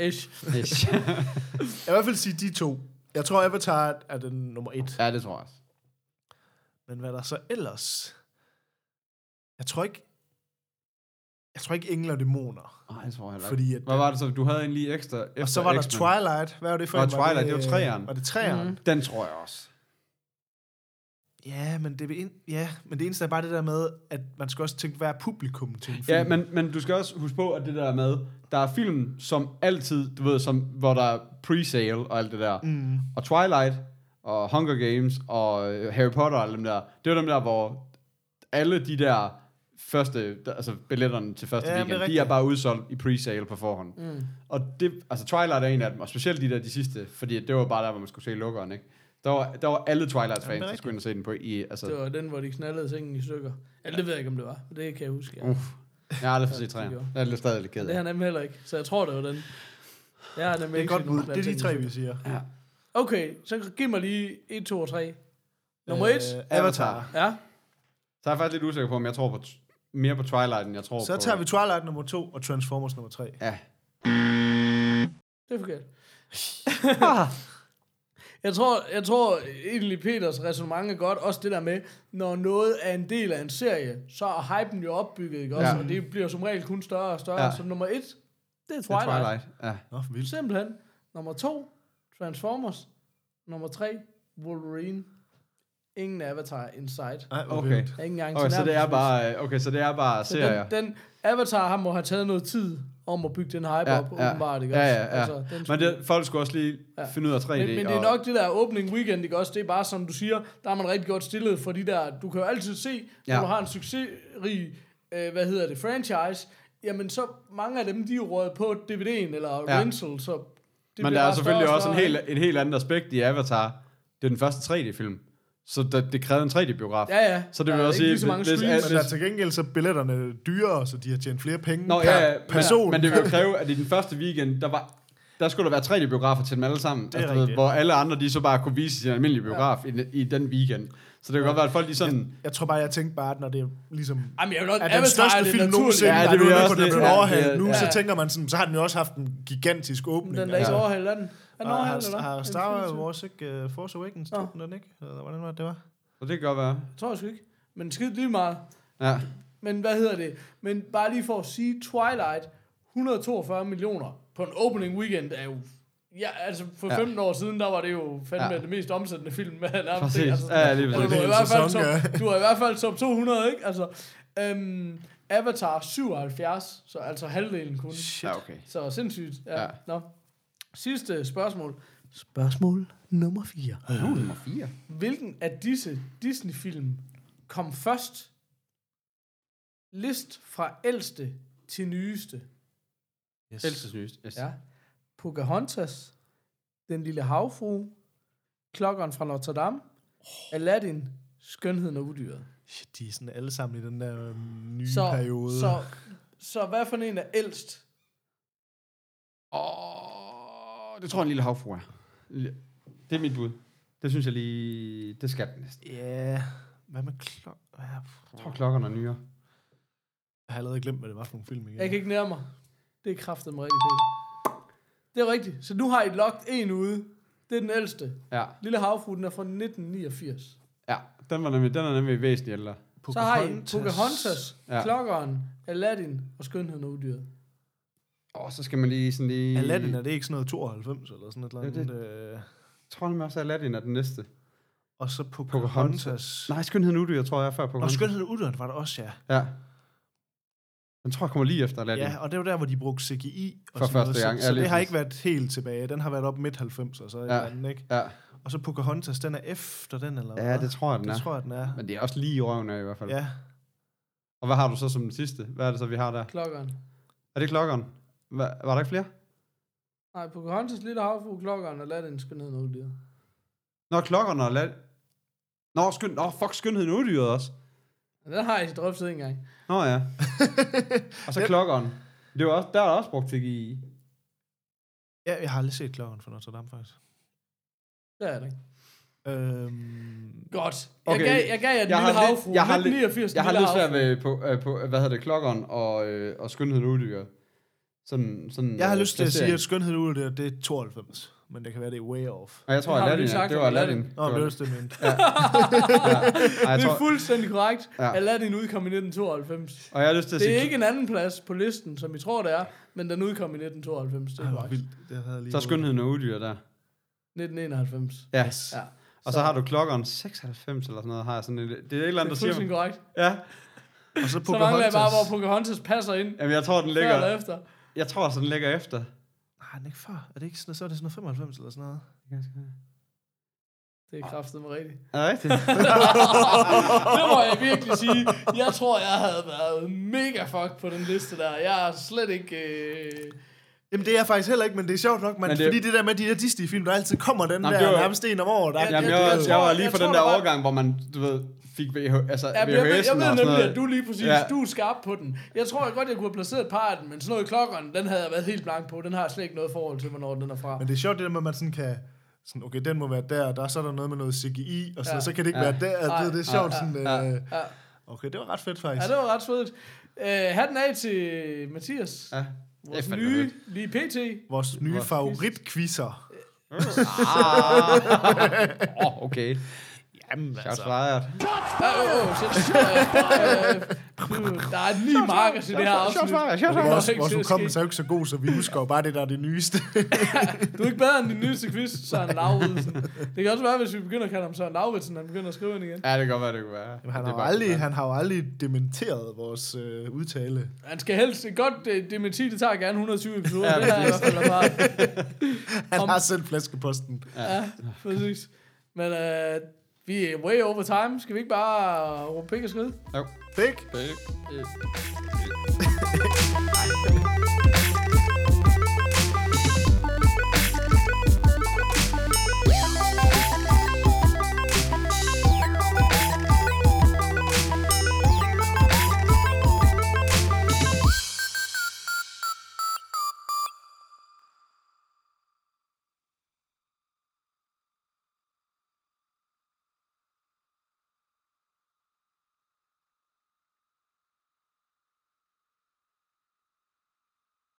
Ish.
Ish.
Jeg vil i hvert fald sige de to. Jeg tror, Avatar er den nummer et.
ja, det tror jeg også.
Men hvad der så ellers? Jeg tror ikke... Jeg tror ikke engler og dæmoner.
Ej, det tror jeg heller ikke.
Fordi at,
Hvad var det så? Du havde en lige ekstra efter
og så var der
X-Men.
Twilight. Hvad var det for
Nå,
en?
Twilight, det var
øh,
treeren.
Var det træeren? Mm.
Mhm.
Den tror jeg også.
Ja, men det, er en- ja, men det eneste er bare det der med, at man skal også tænke, hvad er publikum til en film?
Ja, men, men du skal også huske på, at det der med, der er film, som altid, du ved, som, hvor der er pre-sale og alt det der. Mm. Og Twilight, og Hunger Games, og øh, Harry Potter og alle dem der. Det var dem der, hvor alle de der første, der- altså billetterne til første
Ja,
ja,
men det er
weekend, de
rigtigt.
er bare udsolgt i pre-sale på forhånd. Mm. Og det, altså Twilight er en af dem, og specielt de der de sidste, fordi det var bare der, hvor man skulle se lukkeren, ikke? Der var, der var alle Twilight-fans,
er
der
rigtigt.
skulle ind og se den på i, altså,
Det var den, hvor de knaldede sengen i stykker. Eller det ved jeg ikke, om det var. men Det kan jeg huske. Ja.
Mm.
uff. Jeg har aldrig fået set
det
træerne.
gjorde.
Det er lidt stadig lidt ked af.
Det har jeg nemlig heller ikke. Så jeg tror, det var den. Jeg har nemlig
det er
ikke
godt
set nogen
bud. Det er de
blandt
tre,
tingene.
vi siger.
Okay, så giv mig lige 1, 2 og 3. Nummer 1?
Øh, Avatar.
ja.
Så er jeg faktisk lidt usikker på, om jeg tror på t- mere på Twilight, end jeg tror
Så
på...
tager vi Twilight nummer to og Transformers nummer tre.
Ja.
Det er forkert. jeg, tror, jeg tror egentlig Peters resonemang er godt, også det der med, når noget er en del af en serie, så er hypen jo opbygget, ikke også?
Ja.
Ja. Og det bliver som regel kun større og større.
Ja.
Ja. Så nummer 1, det er Twilight.
Det er Twilight. Ja.
Nå, vildt.
Simpelthen. Nummer 2, Transformers. Nummer 3, Wolverine. Ingen Avatar Inside.
Ej, hvor
Okay.
vildt.
Ikke engang
Okay, så det er
tilnærmelsesvis.
bare, øh, okay, så det er bare serier.
Den, den Avatar, han må have taget noget tid om at bygge den hype ja, op,
ja,
åbenbart, ikke
ja,
også?
ja, ja.
Altså, den
men
skulle-
det, folk skulle også lige ja. finde ud af 3D.
men, men det er
og-
nok det der opening weekend, ikke også? Det er bare, som du siger, der er man rigtig godt stillet for de der... Du kan jo altid se, når
Ja.
du har en succesrig, øh, hvad hedder det, franchise, jamen så mange af dem, de er jo røget på DVD'en eller
Ja.
ja. rental, så... Det bliver
Men der er
bare
selvfølgelig
større
også en
større,
helt, et helt andet aspekt i Avatar. Det er den første 3D-film. Så der, det krævede en 3D-biograf.
Ja, ja.
Så det
Der
vil
er ikke
også sige,
lige så mange
hvis-
streams.
Men der er til gengæld så er billetterne dyrere, så de har tjent flere penge
Nå,
per
ja, ja,
person.
Men, men det vil jo kræve, at i den første weekend, der var der skulle der være 3D-biografer til dem alle sammen.
er
Altså, du ved,
rigtigt.
hvor alle andre, de så bare kunne vise sin almindelige biograf ja. i, i, den weekend. Så det kan godt være, at folk lige sådan...
Jeg tror bare, jeg tænkte bare, at når det er ligesom...
Jamen, jeg vil nok...
Er
Avatar
den største
det
film
naturlige.
nogensinde,
Ja,
ja,
det
det
vil
er med
jeg
på
også-
den
det-
blevet
ja,
overhalet
ja,
nu,
ja.
så tænker man sådan, så har den jo også haft en gigantisk åbning. Altså,
Den er ikke
Ja.
overhældt, er den? Er den
Og
overhældt,
har,
eller?
har Star
Infinity War?
Wars ikke uh, Force Awakens?
Nå.
Tog den den ikke? Eller hvordan var det, det var?
Så det kan godt være.
Tror jeg sgu ikke. Men skidt lige meget.
Ja.
Men hvad hedder det? Men bare lige for at sige, Twilight, 142 millioner på en opening weekend er jo... Ja, altså for
Ja.
15 år siden, der var det jo fandme
Ja.
ja. det mest omsættende film. Med nærmest,
Præcis.
ikke? Altså,
Ja, lige
altså,
præcis.
du, er i
En
hvert fald
sæson,
top, du er i hvert fald top 200, ikke? Altså, øhm, Avatar 77, så altså halvdelen kun.
Shit. Ja, okay.
Så sindssygt. Ja.
Ja.
ja. Nå. Sidste spørgsmål. Spørgsmål nummer 4.
Nu er nummer 4.
Hvilken af disse Disney-film kom først? List fra ældste til nyeste.
Yes.
Elstes nyeste. Yes. Ja.
Ja. Pocahontas, Den lille havfru, Klokkeren fra Notre Dame, Aladdin, Skønheden og Udyret.
Shit, de er sådan alle sammen i den der øhm, nye
Så,
periode.
så, så hvad for en er ældst?
Åh, det tror jeg en lille havfru er. Lille- Det er mit bud. Det synes jeg lige... Det skal den næsten.
Ja, yeah. hvad med klok? Ja, pff,
Jeg tror, klokkerne er nyere.
Jeg har allerede glemt, hvad det var for en film igen.
Jeg kan ikke nære mig. Det er kraftet mig rigtigt, Peter. Det er rigtigt. Så nu har I lagt en ude. Det er den ældste.
Ja.
Lille havfru, den er fra 1989.
Ja, den, var nemlig, den er nemlig væsentlig ældre.
Så har I Pocahontas,
Ja.
ja. Klokkeren, Aladdin og Skønheden og Udyret.
Åh, så skal man lige sådan lige...
Aladdin, er det ikke sådan noget 92 eller sådan et eller
Jo,
andet?
det-
Øh,
Jeg tror nemlig også, at Aladdin er den næste.
og så
Pocahontas.
Pocahontas.
Nej, skønheden udyr, tror jeg, er før på
Og Skønheden og Uddøren var der også, ja.
Ja. Den tror jeg kommer lige efter Aladdin.
Ja, og det var der, hvor de brugte CGI. Og
For
sådan noget,
første gang,
Så,
ja,
så
lige
det har ikke
præcis.
været helt tilbage. Den har været op midt 90'er, så ja.
Ja.
eller andet, ikke?
Ja,
Og så Pocahontas, den er efter den, eller
ja det tror jeg, den
jeg,
er.
det tror jeg, den er.
Men det er også lige i røven af i hvert fald.
Ja,
Og hvad har du så som den sidste? Hvad er det så, vi har der?
Klokkeren.
Er det klokkeren? Hva, var der ikke flere?
Nej, Pocahontas, Lille Havfru, Klokkeren, Aladdin, Skønheden og Udyret.
Nå, klokkeren og Aladdin. Nå, skøn... Nå, fuck, skønheden udyret også.
Og Den har I drøftet en gang.
Nå ja. og så klokkeren. Det var også, der er også brugt til i.
ja jeg har aldrig set klokken for Notre Dame, faktisk.
Der er det ikke.
Øhm,
Godt.
Okay.
Jeg gav, jeg gav jer den lille
Jeg har lidt-
havfru.
jeg har lidt-
1989,
Jeg
Den
har
Lille
lidt svært
Havfrue.
ved, på, øh, på, hvad hedder det, klokkeren og, øh, og skønheden udyret. Sådan, sådan,
jeg har
øh,
lyst til at sige,
placering.
at Skønhed og Uddøren, det er 92. Men det kan være, det er way off.
Og jeg tror,
Det har du
Aladdin,
lige
ja.
sagt
det
om
var
Aladdin.
Aladdin.
Nå, det var også det, jeg mente.
Ej, jeg
Det er
tror,
fuldstændig korrekt.
Ja.
Ja. Aladdin udkom i 1992.
og jeg har lyst til at sige...
Det er ikke en anden plads på listen, som I tror, det er, men den udkom i 1992. Det er
Ah,
Ej, hvor
korrekt.
vildt. Det havde jeg lige
Så er skønheden og udyr der.
1991.
Ja.
Ja.
Og så har du klokkeren 96 eller sådan noget, har jeg sådan et, Det er et eller
Det er
andet, der siger...
fuldstændig korrekt.
Ja,
Og så
Så mangler jeg
Pocahontas.
bare, hvor Pocahontas passer ind.
jamen jeg tror,
Før
den ligger...
eller efter.
Jeg tror, så den ligger efter.
Nej, den er ikke far. Er det ikke sådan, så er det sådan noget 95 eller sådan noget?
Det er kraftet med rigtigt.
Er det rigtigt?
Det må jeg virkelig sige. Jeg tror, jeg havde været mega fucked på den liste der. Jeg er slet ikke... Øh...
Jamen, det er jeg faktisk heller ikke, men det er sjovt nok, man,
Men
det...
det-
fordi det der med de der Disney-film, der altid kommer den
Nå,
Jamen,
men det
der
var-
nærmest en om året. Der... Ja,
Ja,
Jamen,
det-
jeg,
det-
jeg,
jeg
jeg,
tror-
var lige
jeg
fra
tror,
den
der
der
var-
overgang, hvor man, du ved, fik VH, altså
Jeg, jeg, ved,
VHS'en
jeg ved
og sådan
nemlig,
noget.
at du lige præcis
Ja.
ja. du er skarp på den. Jeg tror jeg godt, jeg kunne have placeret et par af den, men sådan noget i klokkerne, den havde jeg været helt blank på. Den har jeg slet ikke noget forhold til, hvornår den er fra.
Men det er sjovt det der med, at man sådan kan... Sådan, okay, den må være der, og der, så er der noget med noget CGI, og så, ja.
Ja.
så kan det ikke
Ja.
ja. være der.
Nej.
Det, det er sjovt ja. sådan...
Ja.
Øh...
Ja.
Okay, det var ret fedt
Ja,
faktisk.
det var ret svedigt. Øh, hatten af til Mathias.
Ja, det er
Vores
fandme
nye,
fedt.
lige pt.
Vores nye favoritquizzer.
Ah, Åh, okay.
Jamen
altså.
Shots
Ah,
fired.
øh, øh, shit. Øh, øh, Der er ni marker til det her afsnit.
fire,
Det
shots
kommer
Vores,
ikke
vores
til at
hukommelse er jo ikke så god, så vi husker jo bare det, der er det nyeste.
ske. Du er ikke bedre end din nyeste quiz, Søren Lauridsen. Det kan også være, hvis vi begynder at kalde ham Søren Lauridsen, han begynder at skrive ind igen.
Ja, det kan godt være, det kan være.
Jamen, han, har
det er
jo
bare-
aldrig, han har jo aldrig dementeret vores øh, udtale.
Han skal helst et godt øh, dementi, det tager gerne 120 episoder. Ja, det er i hvert fald bare.
Han
Om-
har selv flaskeposten.
Ja, præcis. Men øh, vi er way over time. Skal vi ikke bare råbe pik og skride?
Jo.
Fik?
Det er ikke-
Ej.